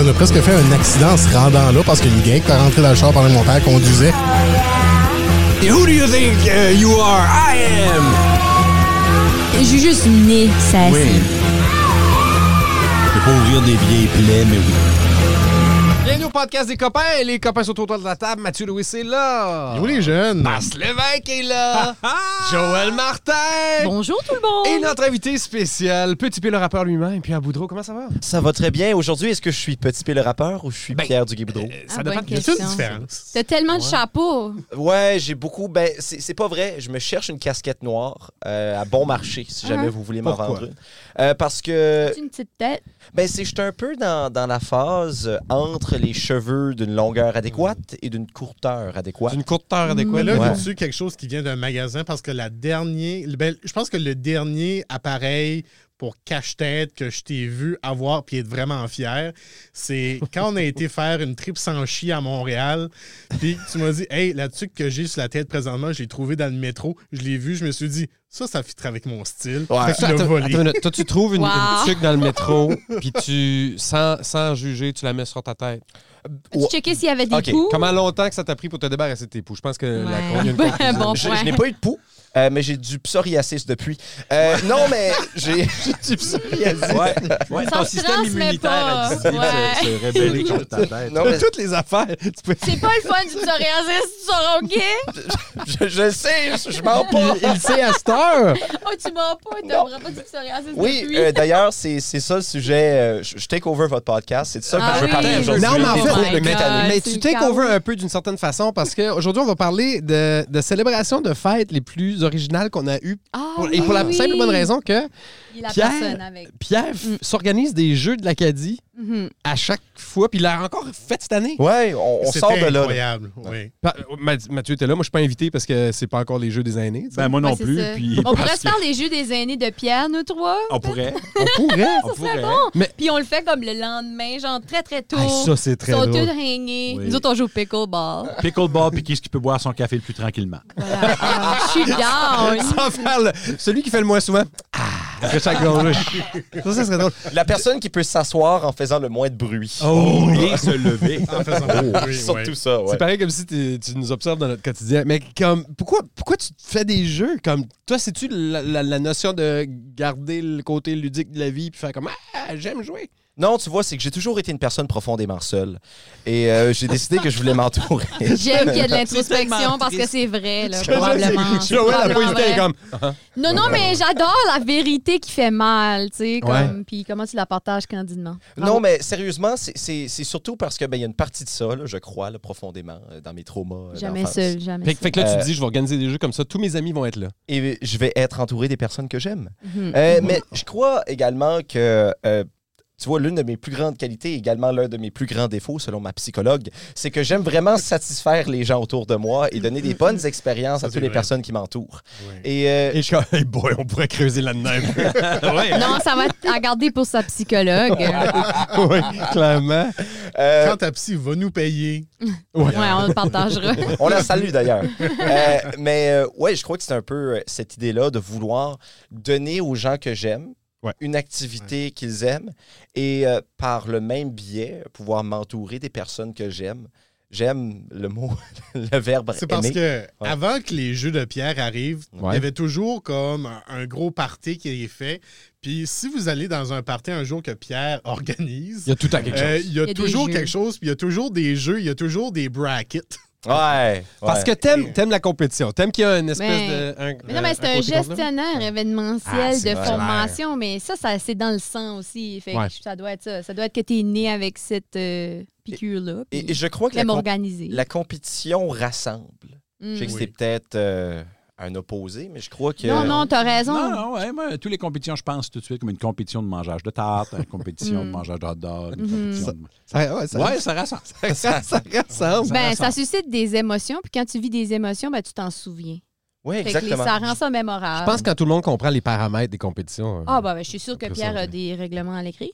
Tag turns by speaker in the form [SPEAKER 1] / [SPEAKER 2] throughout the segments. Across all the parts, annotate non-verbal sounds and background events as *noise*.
[SPEAKER 1] on a presque fait un accident en se rendant là parce qu'une gang est rentrée dans le char pendant que mon père conduisait.
[SPEAKER 2] Who do you think uh, you are? I am!
[SPEAKER 3] J'ai juste né ça
[SPEAKER 2] Oui.
[SPEAKER 3] assis.
[SPEAKER 2] Je peux pas ouvrir des vieilles plaies, mais oui.
[SPEAKER 4] Bienvenue au podcast des copains. Les copains sont autour de la table. Mathieu Louis est là.
[SPEAKER 1] Nous, les jeunes.
[SPEAKER 4] Mars Lévesque est *laughs* là. Joël Martin.
[SPEAKER 3] Euh, Bonjour tout le monde!
[SPEAKER 4] Et notre invité spécial, Petit P, le rappeur lui-même, Pierre Boudreau. Comment ça va?
[SPEAKER 5] Ça va très bien. Aujourd'hui, est-ce que je suis Petit P le rappeur ou je suis
[SPEAKER 4] Ben,
[SPEAKER 5] Pierre du Boudreau?
[SPEAKER 3] Ah,
[SPEAKER 4] ça
[SPEAKER 3] bonne
[SPEAKER 4] dépend.
[SPEAKER 1] Y a-t-il une
[SPEAKER 3] question.
[SPEAKER 1] différence?
[SPEAKER 3] T'as tellement de chapeaux!
[SPEAKER 5] Ouais, j'ai beaucoup. Ben, c'est c'est pas vrai. Je me cherche une casquette noire euh, à bon marché, si jamais vous voulez m'en
[SPEAKER 1] Pourquoi?
[SPEAKER 5] vendre une. Euh, parce que,
[SPEAKER 3] T'as une petite tête.
[SPEAKER 5] ben, c'est j'étais un peu dans, dans la phase euh, entre les cheveux d'une longueur adéquate et d'une courteur adéquate.
[SPEAKER 4] Une courte terre adéquate.
[SPEAKER 1] Mais là,
[SPEAKER 5] Ouais.
[SPEAKER 1] tu quelque chose qui vient d'un magasin parce que la dernière. ben, je pense que le dernier appareil pour cache-tête que je t'ai vu avoir puis être vraiment fier, c'est quand on a été faire une trip sans chi à Montréal. Puis tu m'as dit, hey, la tuque que j'ai sur la tête présentement, j'ai trouvé dans le métro, je l'ai vu, je me suis dit, ça, ça fit avec mon style. Fait que tu l'as
[SPEAKER 4] Attends,
[SPEAKER 1] volé.
[SPEAKER 4] attends une minute. Toi, tu trouves une,
[SPEAKER 3] Wow.
[SPEAKER 4] une tuque dans le métro, puis tu, sans, sans juger, tu la mets sur ta tête.
[SPEAKER 3] As-tu
[SPEAKER 5] Ouais.
[SPEAKER 3] checké s'il y avait des
[SPEAKER 5] Ok,
[SPEAKER 3] poux?
[SPEAKER 4] Comment longtemps que ça t'a pris pour te débarrasser de tes poux? Je pense que euh, la
[SPEAKER 3] Ouais.
[SPEAKER 4] con- il y a une
[SPEAKER 3] *laughs* Ben,
[SPEAKER 4] conclusion.
[SPEAKER 3] bon.
[SPEAKER 5] Je,
[SPEAKER 3] point.
[SPEAKER 5] je n'ai pas eu de poux. euh, mais j'ai du psoriasis depuis. Euh, non, *laughs* mais j'ai j'ai du psoriasis.
[SPEAKER 6] Ouais, ouais,
[SPEAKER 3] Ça
[SPEAKER 6] ton
[SPEAKER 3] se
[SPEAKER 6] système
[SPEAKER 3] transmet
[SPEAKER 6] immunitaire
[SPEAKER 3] pas.
[SPEAKER 6] a décidé de
[SPEAKER 3] Ouais.
[SPEAKER 6] se rébeller contre
[SPEAKER 4] *laughs*
[SPEAKER 6] ta tête.
[SPEAKER 5] Non, mais
[SPEAKER 4] Toutes les affaires. Tu peux...
[SPEAKER 3] C'est pas le fun du psoriasis, tu seras OK?
[SPEAKER 5] je, je le sais, je, je m'en pas.
[SPEAKER 4] Il sait à cette *laughs* heure.
[SPEAKER 3] Oh, tu m'as pas, tu devrais pas du psoriasis
[SPEAKER 5] Oui,
[SPEAKER 3] depuis.
[SPEAKER 5] euh, d'ailleurs, c'est c'est ça le sujet. euh, je je take over votre podcast. C'est de ça que
[SPEAKER 3] Ah
[SPEAKER 5] je veux
[SPEAKER 3] oui.
[SPEAKER 5] parler aujourd'hui.
[SPEAKER 4] Non, mais en
[SPEAKER 3] Oh
[SPEAKER 4] fait,
[SPEAKER 3] my
[SPEAKER 4] le-
[SPEAKER 3] God,
[SPEAKER 4] mais
[SPEAKER 3] c'est
[SPEAKER 4] tu
[SPEAKER 3] une
[SPEAKER 4] t'es
[SPEAKER 3] carte.
[SPEAKER 4] over un peu d'une certaine façon parce qu'aujourd'hui, on va parler de, de célébrations de fêtes les plus originales qu'on a eues.
[SPEAKER 3] Ah
[SPEAKER 4] Pour- et pour la
[SPEAKER 3] oui.
[SPEAKER 4] simple et bonne raison que
[SPEAKER 3] Il est la
[SPEAKER 4] Pierre-
[SPEAKER 3] personne avec.
[SPEAKER 4] Pierre f- s'organise des jeux de l'Acadie
[SPEAKER 3] Mhm.
[SPEAKER 4] à chaque fois, puis il l'a encore fait cette année.
[SPEAKER 5] Ouais, on, on
[SPEAKER 1] C'était
[SPEAKER 5] sort de là. là.
[SPEAKER 1] incroyable. Oui.
[SPEAKER 4] Pa- Ma- Mathieu était là, moi je suis pas invité parce que c'est pas encore les jeux des aînés. tu sais.
[SPEAKER 6] Ben, moi non
[SPEAKER 3] Ouais, c'est
[SPEAKER 6] plus.
[SPEAKER 3] ça.
[SPEAKER 6] Puis
[SPEAKER 3] on
[SPEAKER 6] parce
[SPEAKER 3] pourrait se
[SPEAKER 6] que-
[SPEAKER 3] faire les jeux des aînés de Pierre, nous trois.
[SPEAKER 6] On pourrait.
[SPEAKER 4] Ben, on
[SPEAKER 3] *laughs*
[SPEAKER 4] pourrait.
[SPEAKER 6] on
[SPEAKER 3] serait
[SPEAKER 6] pourrait.
[SPEAKER 3] Puis on le fait comme le lendemain, genre très très tôt.
[SPEAKER 4] Ah, ça, c'est
[SPEAKER 3] Ils
[SPEAKER 4] très
[SPEAKER 3] sont
[SPEAKER 4] drôle.
[SPEAKER 3] tous régnés.
[SPEAKER 6] Oui.
[SPEAKER 3] Nous autres, on joue au
[SPEAKER 6] *laughs*
[SPEAKER 3] pickleball.
[SPEAKER 6] Pickleball, puis qui est-ce qui peut boire son café le plus tranquillement?
[SPEAKER 3] Voilà. Ah, Je suis down.
[SPEAKER 4] Sans faire le- celui qui fait le moins souvent. Ah, après chaque gorgée. ça, ça serait drôle.
[SPEAKER 5] La personne qui peut s'asseoir en faisant le moins de bruit.
[SPEAKER 6] Oh, *laughs* et se lever.
[SPEAKER 1] En faisant oui, oui.
[SPEAKER 5] *laughs* Surtout ça, ouais.
[SPEAKER 4] C'est pareil comme si t'es- tu nous observes dans notre quotidien. Mais comme pourquoi, pourquoi tu fais des jeux comme toi, sais-tu la, la- la notion de garder le côté ludique de la vie puis faire comme ah j'aime
[SPEAKER 3] *laughs*
[SPEAKER 4] jouer.
[SPEAKER 5] Non, tu vois, c'est que j'ai toujours été une personne profondément seule. Et euh, j'ai décidé que je voulais m'entourer.
[SPEAKER 3] J'aime
[SPEAKER 5] *laughs*
[SPEAKER 3] qu'il y a de
[SPEAKER 6] C'est
[SPEAKER 3] l'introspection
[SPEAKER 6] tellement
[SPEAKER 3] parce que
[SPEAKER 6] triste.
[SPEAKER 3] c'est vrai, là,
[SPEAKER 4] Je- je-
[SPEAKER 3] probablement.
[SPEAKER 4] je- Joël, la
[SPEAKER 3] Probablement
[SPEAKER 4] pauvreté, elle est
[SPEAKER 3] vrai.
[SPEAKER 4] comme
[SPEAKER 3] Non, non, mais j'adore la vérité qui fait mal, tu sais, comme, puis comment tu la partages candidement.
[SPEAKER 5] Non, mais sérieusement, c'est- c'est c'est surtout parce que ben, il y a une partie de ça, là, je crois, là, profondément, euh, dans mes traumas. euh,
[SPEAKER 3] Jamais
[SPEAKER 5] d'enfance.
[SPEAKER 3] seul, jamais
[SPEAKER 4] fait,
[SPEAKER 3] seul.
[SPEAKER 4] fait que là tu te
[SPEAKER 5] Euh,
[SPEAKER 4] dis je vais organiser des jeux comme ça, tous mes amis vont être là.
[SPEAKER 5] Et je vais être entouré des personnes que j'aime.
[SPEAKER 3] Mhm.
[SPEAKER 5] Euh,
[SPEAKER 4] Mmh.
[SPEAKER 5] mais je crois également que, euh, tu vois, l'une de mes plus grandes qualités, également l'un de mes plus grands défauts, selon ma psychologue, c'est que j'aime vraiment satisfaire les gens autour de moi et donner des bonnes expériences à
[SPEAKER 1] Ça,
[SPEAKER 5] toutes
[SPEAKER 1] c'est
[SPEAKER 5] les
[SPEAKER 1] vrai.
[SPEAKER 5] personnes qui m'entourent.
[SPEAKER 1] Oui.
[SPEAKER 5] Et, euh,
[SPEAKER 4] Mmh. Et je suis comme hey boy on pourrait creuser *laughs* là-dedans. un peu.
[SPEAKER 6] Ouais.
[SPEAKER 3] Non, ça va être à garder pour sa
[SPEAKER 5] *laughs*
[SPEAKER 3] psychologue. ouais,
[SPEAKER 4] oui, clairement.
[SPEAKER 5] euh,
[SPEAKER 1] Quand ta psy va nous payer,
[SPEAKER 3] on le partagera.
[SPEAKER 5] on la salue d'ailleurs. Euh, mais euh, ouais, je crois que c'est un peu euh, cette idée-là de vouloir donner aux gens que j'aime
[SPEAKER 4] Ouais.
[SPEAKER 5] une activité qu'ils aiment et euh, par le même biais, pouvoir m'entourer des personnes que j'aime. J'aime le mot, *laughs* le verbe
[SPEAKER 1] C'est parce
[SPEAKER 5] aimer.
[SPEAKER 1] que avant que les jeux de pierre arrivent, il y
[SPEAKER 4] Ouais.
[SPEAKER 1] avait toujours comme un, un gros party qui est fait. Puis si vous allez dans un party un jour que Pierre *laughs*
[SPEAKER 4] Il
[SPEAKER 1] organise,
[SPEAKER 4] y a tout à quelque chose.
[SPEAKER 1] euh, il y a,
[SPEAKER 3] Il y a des
[SPEAKER 1] toujours
[SPEAKER 3] jeux.
[SPEAKER 1] quelque chose, puis il y a toujours des jeux, il y a toujours des brackets. *laughs*
[SPEAKER 5] Ouais.
[SPEAKER 4] Parce
[SPEAKER 5] ouais.
[SPEAKER 4] que t'aimes t'aimes la compétition, t'aimes qu'il y a une espèce
[SPEAKER 3] Mais-
[SPEAKER 4] de un-
[SPEAKER 3] Mais non, mais c'est un
[SPEAKER 4] côté contenant.
[SPEAKER 3] gestionnaire événementiel
[SPEAKER 5] Ah,
[SPEAKER 3] de
[SPEAKER 5] c'est clair.
[SPEAKER 3] formation, mais ça, ça c'est dans le sang aussi. Fait que
[SPEAKER 4] Ouais.
[SPEAKER 3] ça doit être ça. Ça doit être que tu es né avec cette euh, piqûre-là.
[SPEAKER 5] Et, et je crois que la,
[SPEAKER 3] L'aime
[SPEAKER 5] com-
[SPEAKER 3] organisé.
[SPEAKER 5] la compétition rassemble.
[SPEAKER 3] Mm.
[SPEAKER 5] Je sais que
[SPEAKER 1] Oui.
[SPEAKER 5] c'est peut-être euh, un opposé, mais je crois que.
[SPEAKER 3] Non,
[SPEAKER 5] *laughs*
[SPEAKER 3] non, t'as raison.
[SPEAKER 6] Non, non, ouais, moi, tous les compétitions, je pense tout de suite comme une compétition de mangeage de tarte, une compétition de
[SPEAKER 3] Mm.
[SPEAKER 6] mangeage de hot dog, une
[SPEAKER 3] Mhm.
[SPEAKER 6] compétition de-
[SPEAKER 4] Ça- ouais, ça-
[SPEAKER 6] Ouais, ça rassemble.
[SPEAKER 4] *laughs* ça ressemble.
[SPEAKER 3] Ben, ça suscite des émotions, puis quand tu vis des émotions, ben, tu ben, t'en souviens.
[SPEAKER 5] Oui,
[SPEAKER 3] Fait que les-
[SPEAKER 5] exactement.
[SPEAKER 3] ça rend ça
[SPEAKER 4] Je
[SPEAKER 3] mémorable.
[SPEAKER 4] pense que quand tout le monde comprend les paramètres des compétitions. hein.
[SPEAKER 3] Ah, bah, ben, je suis sûre que
[SPEAKER 4] Après ça,
[SPEAKER 3] Pierre
[SPEAKER 4] ouais.
[SPEAKER 3] a des règlements à l'écrit.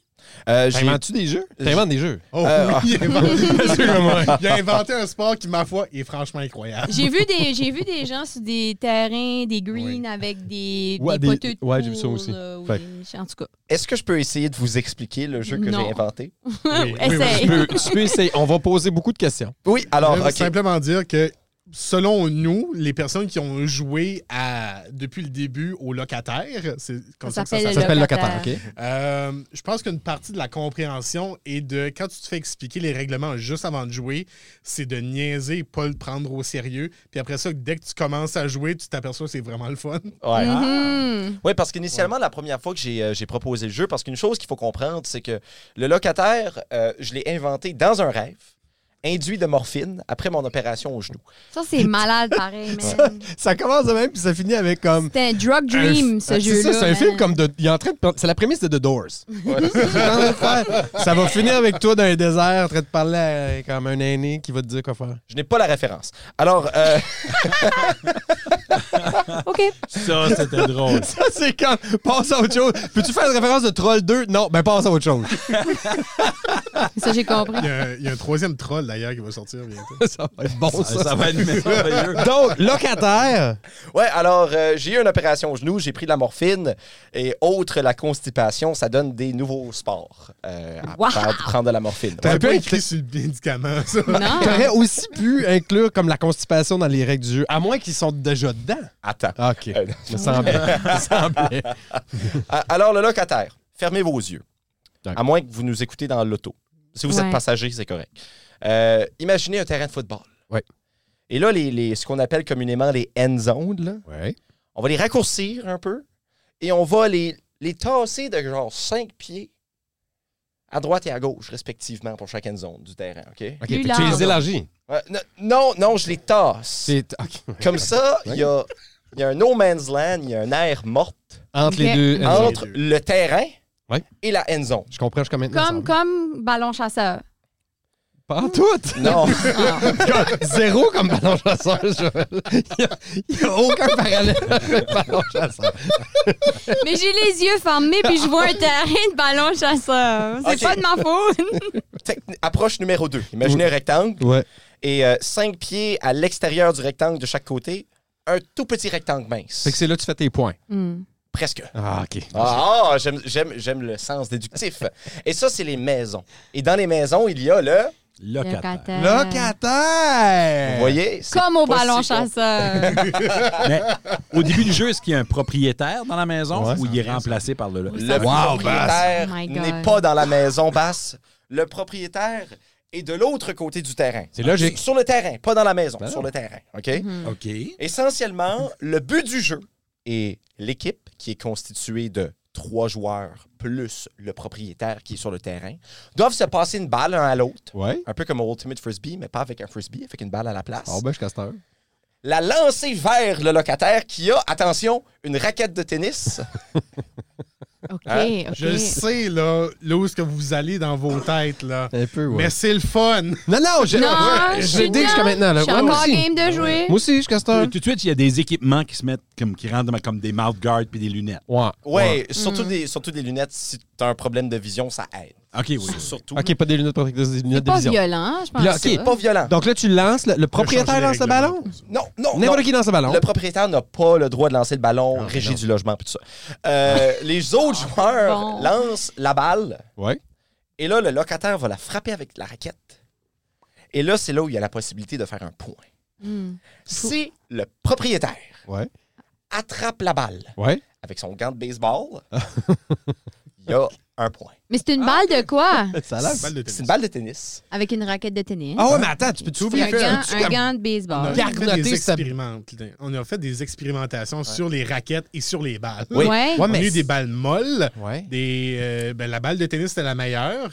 [SPEAKER 5] Euh, j'ai-
[SPEAKER 4] T'inventes-tu des jeux? T'inventes des jeux.
[SPEAKER 1] Oh,
[SPEAKER 5] Euh,
[SPEAKER 1] oui, il, a
[SPEAKER 4] Excuse-moi.
[SPEAKER 1] inventé, *laughs* il a inventé un sport qui, ma foi, est franchement
[SPEAKER 3] *laughs*
[SPEAKER 1] incroyable.
[SPEAKER 3] J'ai vu des j'ai vu des gens sur des terrains, des greens avec des,
[SPEAKER 4] Ouais,
[SPEAKER 3] des,
[SPEAKER 4] des-
[SPEAKER 3] poteux de
[SPEAKER 4] ouais, j'ai vu ça
[SPEAKER 3] poule,
[SPEAKER 4] aussi.
[SPEAKER 3] euh, ou
[SPEAKER 4] Fait-
[SPEAKER 3] des- en tout cas,
[SPEAKER 5] Est-ce que je peux essayer de vous expliquer le jeu que
[SPEAKER 3] Non.
[SPEAKER 5] j'ai inventé?
[SPEAKER 1] Oui, oui,
[SPEAKER 3] essaye.
[SPEAKER 4] Tu peux,
[SPEAKER 3] *laughs*
[SPEAKER 4] tu peux essayer. On va poser beaucoup de questions.
[SPEAKER 5] Oui, alors,
[SPEAKER 1] Je veux
[SPEAKER 5] OK.
[SPEAKER 1] simplement dire que selon nous, les personnes qui ont joué à, depuis le début aux locataires, c'est comme ça,
[SPEAKER 3] Ça
[SPEAKER 1] que ça s'appelle.
[SPEAKER 3] s'appelle
[SPEAKER 4] Ça s'appelle locataire,
[SPEAKER 3] locataire.
[SPEAKER 4] OK?
[SPEAKER 1] Euh, je pense qu'une partie de la compréhension est de quand tu te fais expliquer les règlements juste avant de jouer, c'est de niaiser, pas le prendre au sérieux. Puis après ça, dès que tu commences à jouer, tu t'aperçois que c'est vraiment le fun.
[SPEAKER 5] Ouais. hein.
[SPEAKER 3] Mhm.
[SPEAKER 5] Oui, parce qu'initialement, la première fois que j'ai euh, j'ai proposé le jeu, parce qu'une chose qu'il faut comprendre, c'est que le locataire, euh, je l'ai inventé dans un rêve, induit de morphine après mon opération au genou.
[SPEAKER 3] ça c'est malade pareil, man.
[SPEAKER 4] Ça commence de même, puis ça finit avec comme.
[SPEAKER 3] C'était un drug dream
[SPEAKER 4] un- Ah,
[SPEAKER 3] ce
[SPEAKER 4] c'est
[SPEAKER 3] jeu-là.
[SPEAKER 4] ça,
[SPEAKER 3] hein.
[SPEAKER 4] C'est un
[SPEAKER 3] man.
[SPEAKER 4] film comme. de- il est en train de- C'est la prémisse de The Doors. *laughs*
[SPEAKER 5] Ouais, c'est-
[SPEAKER 4] Il est en train de faire- ça va finir avec toi dans un désert, en train de parler à comme un aîné qui va te dire quoi faire.
[SPEAKER 5] je n'ai pas la référence. Alors, euh, *laughs*
[SPEAKER 3] OK.
[SPEAKER 6] Ça, c'était drôle.
[SPEAKER 4] Ça, c'est quand. Passe à autre chose. Peux-tu faire une référence de Troll 2? Non, ben passe à autre chose.
[SPEAKER 3] Ça j'ai compris.
[SPEAKER 1] Il y a un, il y a un troisième troll d'ailleurs qui va sortir bientôt.
[SPEAKER 4] *laughs* ça va être bon,
[SPEAKER 6] Ça,
[SPEAKER 4] ça.
[SPEAKER 6] ça va être merveilleux.
[SPEAKER 4] Donc, locataire.
[SPEAKER 5] ouais, alors euh, j'ai eu une opération au genou, j'ai pris de la morphine et autre la constipation, ça donne des nouveaux sports euh, à
[SPEAKER 3] Wow!
[SPEAKER 5] faire- prendre de la morphine.
[SPEAKER 1] T'as
[SPEAKER 4] peu
[SPEAKER 1] pas écrit sur le médicament, ça.
[SPEAKER 3] Non.
[SPEAKER 4] T'aurais aussi pu inclure comme la constipation dans les règles du jeu, à moins qu'ils sont déjà dedans. Ah,
[SPEAKER 5] Attends.
[SPEAKER 4] OK.
[SPEAKER 5] Euh,
[SPEAKER 4] me semblait. me semblait.
[SPEAKER 5] Ah, Alors, le locataire, fermez vos yeux.
[SPEAKER 4] D'accord.
[SPEAKER 5] À moins que vous nous écoutez dans l'auto. Si vous
[SPEAKER 3] Ouais.
[SPEAKER 5] êtes passager, c'est correct. Euh, imaginez un terrain de football.
[SPEAKER 4] Ouais.
[SPEAKER 5] Et là, les, les- ce qu'on appelle communément les end zones, là,
[SPEAKER 4] Ouais.
[SPEAKER 5] on va les raccourcir un peu et on va les, les tasser de genre 5 pieds à droite et à gauche, respectivement, pour chaque end zone du terrain. OK?
[SPEAKER 4] OK.
[SPEAKER 3] Plus
[SPEAKER 4] puis tu
[SPEAKER 3] large.
[SPEAKER 4] les élargis.
[SPEAKER 5] Ouais, n- non, non, je les tasse.
[SPEAKER 4] C'est OK.
[SPEAKER 5] Comme ça, il y a, il y a un no man's land, il y a un air morte
[SPEAKER 4] entre
[SPEAKER 3] Ok.
[SPEAKER 4] les deux.
[SPEAKER 1] Ah.
[SPEAKER 5] entre
[SPEAKER 1] deux.
[SPEAKER 5] le terrain
[SPEAKER 4] Ouais.
[SPEAKER 5] et la end zone.
[SPEAKER 4] Je comprends, je commets.
[SPEAKER 3] Comme comme
[SPEAKER 4] *laughs*
[SPEAKER 3] ballon chasseur.
[SPEAKER 4] Pas en tout.
[SPEAKER 5] Non.
[SPEAKER 3] Ah.
[SPEAKER 4] Zéro *laughs* comme ballon chasseur, Joël. Il n'y a, aucun parallèle avec ballon chasseur.
[SPEAKER 3] Mais j'ai les yeux fermés puis je vois un terrain de ballon chasseur. C'est
[SPEAKER 5] Ok.
[SPEAKER 3] pas de ma faute.
[SPEAKER 5] Techni- approche numéro 2. Imaginez un rectangle
[SPEAKER 4] Ouais.
[SPEAKER 5] et 5 pieds à l'extérieur du rectangle de chaque côté, un tout petit rectangle mince.
[SPEAKER 4] Fait que c'est là que tu fais tes points.
[SPEAKER 5] Presque.
[SPEAKER 4] Ah, OK.
[SPEAKER 5] Ah, j'aime- j'aime j'aime le sens déductif. *laughs* et ça, c'est les maisons. Et dans les maisons, il y a le...
[SPEAKER 6] Locataire.
[SPEAKER 3] Euh.
[SPEAKER 4] Locataire.
[SPEAKER 5] Vous voyez? c'est
[SPEAKER 3] Comme au
[SPEAKER 5] pas
[SPEAKER 3] ballon
[SPEAKER 5] si
[SPEAKER 3] chasseur.
[SPEAKER 6] Mais au début du jeu, est-ce qu'il y a un propriétaire dans la maison
[SPEAKER 4] Ouais.
[SPEAKER 6] ou il est remplacé par le.
[SPEAKER 5] Le
[SPEAKER 6] Wow,
[SPEAKER 5] propriétaire
[SPEAKER 3] Bass. Oh my God.
[SPEAKER 5] n'est pas dans la maison basse. Le propriétaire est de l'autre côté du terrain.
[SPEAKER 4] C'est logique. Ben
[SPEAKER 5] Sur le terrain, pas dans la maison, sur le terrain. OK?
[SPEAKER 3] Mhm.
[SPEAKER 6] OK.
[SPEAKER 5] Essentiellement, le but du jeu est l'équipe qui est constituée de trois joueurs plus le propriétaire qui est sur le terrain doivent se passer une balle un à l'autre.
[SPEAKER 4] Ouais.
[SPEAKER 5] Un peu comme au Ultimate Frisbee, mais pas avec un frisbee, avec une balle à la place.
[SPEAKER 4] Ah, ben, je casteur.
[SPEAKER 5] La lancer vers le locataire qui a, attention, une raquette
[SPEAKER 4] *laughs*
[SPEAKER 5] de tennis.
[SPEAKER 3] OK,
[SPEAKER 5] Hein?
[SPEAKER 3] OK.
[SPEAKER 1] Je le sais, là, là où est-ce que vous allez dans vos têtes, là.
[SPEAKER 4] Un peu, Euh, ouais.
[SPEAKER 1] Mais c'est le fun!
[SPEAKER 4] Non, non, je,
[SPEAKER 3] Non,
[SPEAKER 4] ouais,
[SPEAKER 3] je
[SPEAKER 4] je
[SPEAKER 3] suis
[SPEAKER 4] dès que jusqu'à
[SPEAKER 3] dedans.
[SPEAKER 4] maintenant. Là.
[SPEAKER 3] Je suis
[SPEAKER 4] Ouais, moi
[SPEAKER 3] encore
[SPEAKER 4] aussi.
[SPEAKER 3] game de jouer.
[SPEAKER 4] Moi aussi, je suis casteur.
[SPEAKER 6] Tout de suite, il y a des équipements qui se mettent, comme, qui rendent comme- comme des mouth guards puis des lunettes.
[SPEAKER 4] Ouais.
[SPEAKER 5] Ouais, Surtout, des, surtout des lunettes. Si tu as un problème de vision, ça aide.
[SPEAKER 6] OK, oui.
[SPEAKER 5] Surtout.
[SPEAKER 4] OK, Mhm. pas des lunettes protectrices, des
[SPEAKER 3] C'est
[SPEAKER 4] lunettes de
[SPEAKER 3] pas
[SPEAKER 4] vision.
[SPEAKER 3] violent, je pense.
[SPEAKER 4] Là, OK,
[SPEAKER 3] ça.
[SPEAKER 5] Pas violent.
[SPEAKER 4] Donc là, tu lances, le, le propriétaire
[SPEAKER 1] changer les
[SPEAKER 4] lance le
[SPEAKER 1] règlements.
[SPEAKER 4] ballon.
[SPEAKER 5] non, non,
[SPEAKER 4] N'importe
[SPEAKER 5] non.
[SPEAKER 4] qui Ah, lance le ballon.
[SPEAKER 5] Le propriétaire n'a pas le droit de lancer le ballon, régie du logement, puis tout ça. Euh, les autres joueurs
[SPEAKER 3] Bon.
[SPEAKER 5] lancent la balle,
[SPEAKER 4] Ouais.
[SPEAKER 5] et là, le locataire va la frapper avec la raquette. Et là, c'est là où il y a la possibilité de faire un point.
[SPEAKER 3] Hmm.
[SPEAKER 5] Si le propriétaire
[SPEAKER 4] Ouais.
[SPEAKER 5] attrape la balle
[SPEAKER 4] Ouais.
[SPEAKER 5] avec son gant de baseball, il y a un point.
[SPEAKER 3] Mais c'est une balle de quoi?
[SPEAKER 4] Ça
[SPEAKER 1] Balle de tennis.
[SPEAKER 5] C'est une balle de tennis.
[SPEAKER 3] Avec une raquette de tennis.
[SPEAKER 4] Ah ouais, mais attends, tu peux-tu
[SPEAKER 3] Puis un,
[SPEAKER 4] faire-
[SPEAKER 3] gant,
[SPEAKER 4] tu-
[SPEAKER 3] un gant de baseball.
[SPEAKER 1] On a, fait
[SPEAKER 4] Garnoté,
[SPEAKER 1] des
[SPEAKER 4] ça-
[SPEAKER 1] expériments- on a fait des expérimentations sur les raquettes et sur les balles.
[SPEAKER 5] Oui.
[SPEAKER 3] Ouais.
[SPEAKER 1] On a eu des balles molles.
[SPEAKER 4] Ouais.
[SPEAKER 1] Des, euh, ben, la balle de tennis, c'était la meilleure.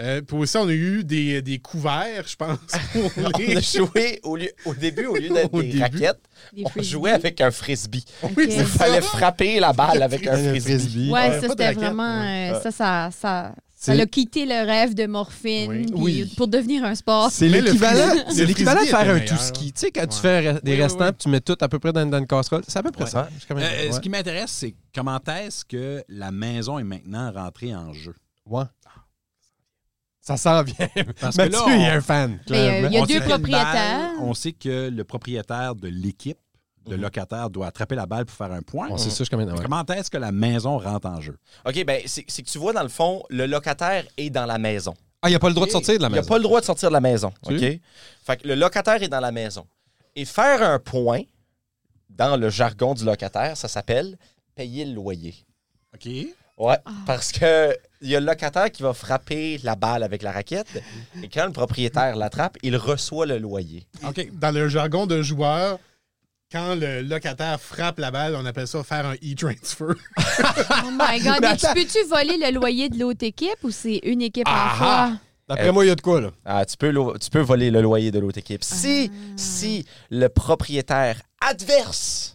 [SPEAKER 1] Euh, puis aussi, on a eu des, des couverts, je pense,
[SPEAKER 5] *laughs*
[SPEAKER 1] pour
[SPEAKER 5] On
[SPEAKER 1] les...
[SPEAKER 5] a joué au, lieu- au début, au lieu d'être
[SPEAKER 1] Au
[SPEAKER 5] des
[SPEAKER 1] début.
[SPEAKER 5] raquettes,
[SPEAKER 3] Des
[SPEAKER 5] on
[SPEAKER 3] frisbees.
[SPEAKER 5] jouait avec un frisbee.
[SPEAKER 1] Oui,
[SPEAKER 5] Il
[SPEAKER 1] c'est
[SPEAKER 5] fallait
[SPEAKER 1] ça.
[SPEAKER 5] frapper la balle avec un frisbee.
[SPEAKER 3] Ouais,
[SPEAKER 1] pas
[SPEAKER 3] ça
[SPEAKER 1] de
[SPEAKER 3] c'était
[SPEAKER 1] raquette,
[SPEAKER 3] vraiment. euh, Ça, ça, ça, Elle a
[SPEAKER 4] C'est-
[SPEAKER 3] quitté le rêve de morphine
[SPEAKER 1] Oui.
[SPEAKER 3] puis
[SPEAKER 4] Oui.
[SPEAKER 3] pour devenir un sport.
[SPEAKER 4] C'est
[SPEAKER 1] Mais le
[SPEAKER 4] l'équivalent
[SPEAKER 1] frisbee-
[SPEAKER 4] c'est
[SPEAKER 1] le
[SPEAKER 4] l'équivalent de
[SPEAKER 1] frisbee
[SPEAKER 4] faire un
[SPEAKER 1] était
[SPEAKER 4] tout
[SPEAKER 1] meilleur.
[SPEAKER 4] ski. Tu sais, quand tu
[SPEAKER 1] Ouais.
[SPEAKER 4] fais re- des
[SPEAKER 1] Oui, oui,
[SPEAKER 4] restants,
[SPEAKER 1] oui.
[SPEAKER 4] puis tu mets tout à peu près dans, dans une casserole, c'est à peu près
[SPEAKER 5] Ouais.
[SPEAKER 4] ça. C'est quand même-
[SPEAKER 6] Euh,
[SPEAKER 4] ouais.
[SPEAKER 6] Ce qui m'intéresse, c'est comment est-ce que la maison est maintenant rentrée en jeu?
[SPEAKER 4] Ouais. Ça s'en vient. *laughs*
[SPEAKER 6] Parce que
[SPEAKER 4] Mathieu,
[SPEAKER 6] là, on-
[SPEAKER 4] il est un fan. clairement.
[SPEAKER 3] il y a
[SPEAKER 6] On
[SPEAKER 3] deux
[SPEAKER 6] sait qu'il y une balle,
[SPEAKER 3] propriétaires.
[SPEAKER 6] on sait que le propriétaire de l'équipe, le
[SPEAKER 5] Mhm.
[SPEAKER 6] locataire, doit attraper la balle pour faire un point.
[SPEAKER 4] On sait ça, je suis quand même.
[SPEAKER 6] Mais
[SPEAKER 4] ouais.
[SPEAKER 6] Comment est-ce que la maison rentre en jeu?
[SPEAKER 5] OK, ben c'est c'est que tu vois, dans le fond, le locataire est dans la maison.
[SPEAKER 4] Ah, il n'y a pas le droit de sortir de la
[SPEAKER 5] Il n'a
[SPEAKER 4] maison.
[SPEAKER 5] pas le droit de sortir de la maison.
[SPEAKER 4] Tu-
[SPEAKER 5] OK? Fait que le locataire est dans la maison. Et faire un point, dans le jargon du locataire, ça s'appelle payer le loyer.
[SPEAKER 6] OK.
[SPEAKER 5] Ouais,
[SPEAKER 4] Ah.
[SPEAKER 5] parce que il y a le locataire qui va frapper la balle avec la raquette et quand le propriétaire l'attrape, il reçoit le loyer.
[SPEAKER 6] OK.
[SPEAKER 1] Dans le jargon de joueur, quand le locataire frappe la balle, on appelle ça faire un e-transfer.
[SPEAKER 4] *laughs*
[SPEAKER 3] Oh my
[SPEAKER 4] Ah,
[SPEAKER 3] God.
[SPEAKER 4] Mais
[SPEAKER 3] Mais tu
[SPEAKER 4] attends.
[SPEAKER 3] peux-tu voler le loyer de l'autre équipe ou c'est une équipe
[SPEAKER 4] Ah
[SPEAKER 3] à
[SPEAKER 4] ah.
[SPEAKER 3] fois?
[SPEAKER 4] D'après moi, il y a de quoi, là.
[SPEAKER 5] Ah, tu, peux lo- tu peux voler le loyer de l'autre équipe. Si,
[SPEAKER 4] Ah.
[SPEAKER 5] si le propriétaire adverse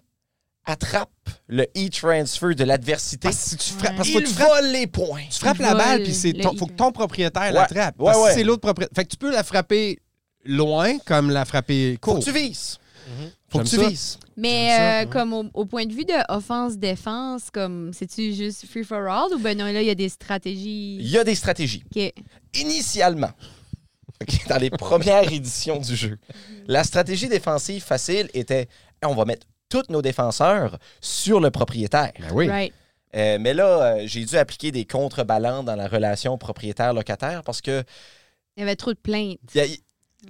[SPEAKER 5] attrape le e-transfer de l'adversité,
[SPEAKER 4] Parce que si tu frappes,
[SPEAKER 3] Ouais.
[SPEAKER 4] parce que faut
[SPEAKER 5] il
[SPEAKER 4] que tu frappes,
[SPEAKER 5] vole les points.
[SPEAKER 4] tu frappes
[SPEAKER 3] Il
[SPEAKER 4] la balle,
[SPEAKER 3] vole
[SPEAKER 4] puis c'est
[SPEAKER 3] le
[SPEAKER 4] ton-
[SPEAKER 3] hit.
[SPEAKER 4] faut que ton propriétaire
[SPEAKER 5] Ouais.
[SPEAKER 4] l'attrape.
[SPEAKER 5] Ouais,
[SPEAKER 4] Parce que
[SPEAKER 5] ouais.
[SPEAKER 4] c'est l'autre propriétaire. Fait que tu peux la frapper loin, comme la frapper
[SPEAKER 5] Faut
[SPEAKER 4] court.
[SPEAKER 5] que tu vises. Faut
[SPEAKER 4] Mhm. J'aime
[SPEAKER 5] que tu
[SPEAKER 4] ça.
[SPEAKER 5] vises.
[SPEAKER 3] Mais
[SPEAKER 1] ça,
[SPEAKER 3] euh, comme au, au point de vue de offense-défense, comme c'est-tu juste free-for-all ou ben non, là, il y a des
[SPEAKER 5] Il
[SPEAKER 3] stratégies?
[SPEAKER 5] y a des stratégies.
[SPEAKER 3] Ok.
[SPEAKER 5] Initialement, ok, dans les premières *laughs* éditions du jeu, la stratégie défensive facile était on va mettre tous nos défenseurs sur le propriétaire.
[SPEAKER 4] Ben oui.
[SPEAKER 3] Right.
[SPEAKER 5] Euh, mais là, euh, j'ai dû appliquer des contrebalances dans la relation propriétaire-locataire parce que
[SPEAKER 3] Il y avait trop de plaintes.
[SPEAKER 5] y a- y-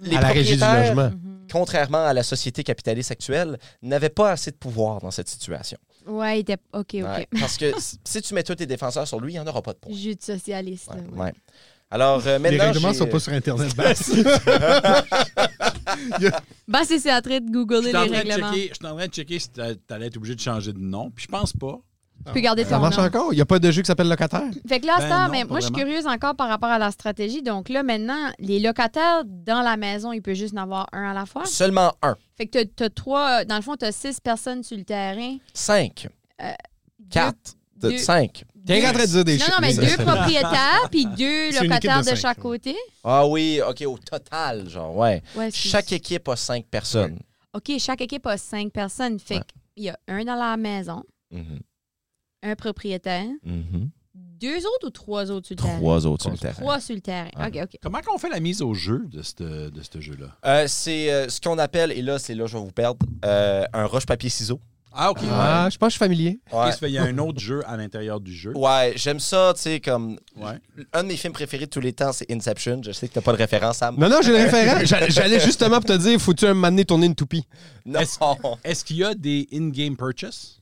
[SPEAKER 5] les
[SPEAKER 4] à la régie du
[SPEAKER 5] propriétaires,
[SPEAKER 4] logement.
[SPEAKER 5] contrairement à la société capitaliste actuelle, n'avaient pas assez de pouvoir dans cette situation.
[SPEAKER 3] Ouais, il était. OK, OK.
[SPEAKER 5] Ouais, parce que s- si tu mets tous tes défenseurs sur lui, il n'y en aura
[SPEAKER 3] *laughs*
[SPEAKER 5] pas de points.
[SPEAKER 3] Jus de socialiste. là,
[SPEAKER 5] Ouais,
[SPEAKER 3] ouais.
[SPEAKER 5] ouais. Alors, euh,
[SPEAKER 1] Les
[SPEAKER 5] maintenant.
[SPEAKER 1] règlements
[SPEAKER 5] j'ai-
[SPEAKER 1] sont pas sur
[SPEAKER 5] *laughs*
[SPEAKER 1] Internet basse.
[SPEAKER 3] Ben, c'est c'est en train de googler
[SPEAKER 6] J'étais en
[SPEAKER 3] les
[SPEAKER 6] train de
[SPEAKER 3] règlements.
[SPEAKER 6] checker- j'étais en train de checker si t'a- t'allais être obligé de changer de nom. Puis je pense pas.
[SPEAKER 3] Tu peux garder
[SPEAKER 4] Ça
[SPEAKER 3] ton
[SPEAKER 4] marche
[SPEAKER 3] nom.
[SPEAKER 4] encore? Il n'y a pas de jeu qui s'appelle locataire?
[SPEAKER 3] Fait que là, à
[SPEAKER 6] Ben
[SPEAKER 3] cette heure,
[SPEAKER 6] non,
[SPEAKER 3] mais
[SPEAKER 6] pas
[SPEAKER 3] moi, je suis
[SPEAKER 6] vraiment.
[SPEAKER 3] curieuse encore par rapport à la stratégie. Donc là, maintenant, les locataires dans la maison, il peut juste en avoir un à la fois.
[SPEAKER 5] Seulement un.
[SPEAKER 3] Fait que t'as- t'as trois, dans le fond, t'as six personnes sur le terrain.
[SPEAKER 5] Cinq. Quatre.
[SPEAKER 3] Deux-
[SPEAKER 5] Cinq.
[SPEAKER 4] T'es rien en train de dire des
[SPEAKER 3] Non,
[SPEAKER 4] choses.
[SPEAKER 3] non, mais
[SPEAKER 4] des-
[SPEAKER 3] deux propriétaires puis deux
[SPEAKER 1] C'est une équipe
[SPEAKER 3] locataires
[SPEAKER 1] de
[SPEAKER 3] de,
[SPEAKER 1] cinq,
[SPEAKER 3] chaque
[SPEAKER 1] ouais.
[SPEAKER 3] côté.
[SPEAKER 5] Ah oui, OK, au total, genre, ouais.
[SPEAKER 3] Ouais, excuse.
[SPEAKER 5] Chaque équipe a cinq personnes.
[SPEAKER 3] OK, chaque équipe a cinq personnes. Fait
[SPEAKER 5] Ouais.
[SPEAKER 3] qu'il y a un dans la maison,
[SPEAKER 1] Mm-hmm.
[SPEAKER 5] Mhm,
[SPEAKER 3] un propriétaire,
[SPEAKER 5] mhm.
[SPEAKER 3] deux autres ou trois autres sur le terrain?
[SPEAKER 5] Trois autres sur le terrain.
[SPEAKER 3] Trois sur le terrain. OK, OK.
[SPEAKER 6] Comment qu'on fait la mise au jeu de ce de ce jeu-là?
[SPEAKER 5] Euh, c'est euh, ce qu'on appelle, et là, c'est là, je vais vous perdre, euh, un roche-papier-ciseau.
[SPEAKER 6] Ah, OK.
[SPEAKER 4] Ah, je pense que je suis familier.
[SPEAKER 5] Ouais,
[SPEAKER 6] OK, ça fait, Il y a un autre jeu à l'intérieur du jeu.
[SPEAKER 5] Ouais, j'aime ça, tu sais, comme.
[SPEAKER 6] Ouais.
[SPEAKER 5] Un de mes films préférés de tous les temps, c'est Inception. Je sais que t'as pas de référence, Sam.
[SPEAKER 4] Non, non, j'ai le référent. *laughs* J'allais- J'allais justement pour te dire, faut-tu un moment donné tourner une toupie?
[SPEAKER 5] Non.
[SPEAKER 6] Est-ce- Est-ce qu'il y a des in-game purchases?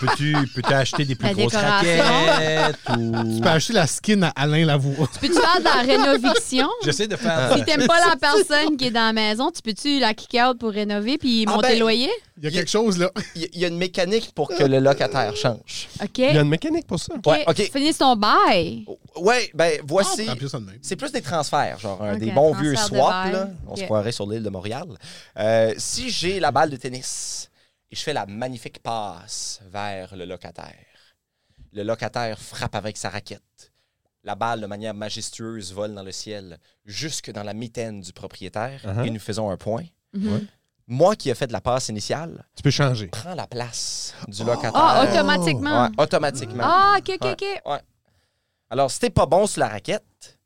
[SPEAKER 6] peux-tu peux acheter des plus
[SPEAKER 3] La
[SPEAKER 6] grosses
[SPEAKER 3] décoration.
[SPEAKER 6] raquettes
[SPEAKER 1] Tu
[SPEAKER 6] ou...
[SPEAKER 1] peux acheter la skin à Alain Lavoie.
[SPEAKER 3] Tu peux-tu faire de la rénoviction?
[SPEAKER 6] *laughs* J'essaie de faire...
[SPEAKER 3] Si t'aimes pas la personne qui est dans la maison, tu peux-tu la kick-out pour rénover puis
[SPEAKER 5] Ah
[SPEAKER 3] monter
[SPEAKER 5] ben-
[SPEAKER 3] le loyer?
[SPEAKER 1] Il y a quelque chose là.
[SPEAKER 5] Il y- y a une mécanique pour que le locataire change.
[SPEAKER 3] OK.
[SPEAKER 4] Il y a une mécanique pour ça.
[SPEAKER 5] Ouais, OK.
[SPEAKER 3] Finis ton bail.
[SPEAKER 1] Oh.
[SPEAKER 5] Ouais, ben, voici.
[SPEAKER 1] Ah, En plus, ça de même.
[SPEAKER 5] C'est plus des transferts, genre un
[SPEAKER 3] Ok,
[SPEAKER 5] des bons
[SPEAKER 3] transfert
[SPEAKER 5] vieux
[SPEAKER 3] de
[SPEAKER 5] swaps.
[SPEAKER 3] balle.
[SPEAKER 5] là. On se
[SPEAKER 3] Ok.
[SPEAKER 5] croirait sur l'île de Montréal. Euh, si j'ai la balle de tennis et je fais la magnifique passe vers le locataire, le locataire frappe avec sa raquette. La balle, de manière majestueuse, vole dans le ciel jusque dans la mitaine du propriétaire
[SPEAKER 4] Uh-huh.
[SPEAKER 5] et nous faisons un point.
[SPEAKER 3] Mhm.
[SPEAKER 4] Ouais.
[SPEAKER 5] Moi qui ai fait de la passe initiale,
[SPEAKER 4] Tu peux changer.
[SPEAKER 5] prends la place du
[SPEAKER 3] Ah,
[SPEAKER 5] locataire
[SPEAKER 3] automatiquement.
[SPEAKER 5] Ouais, automatiquement.
[SPEAKER 3] Ah, OK, OK, OK.
[SPEAKER 5] Alors, si t'es pas bon sur la raquette,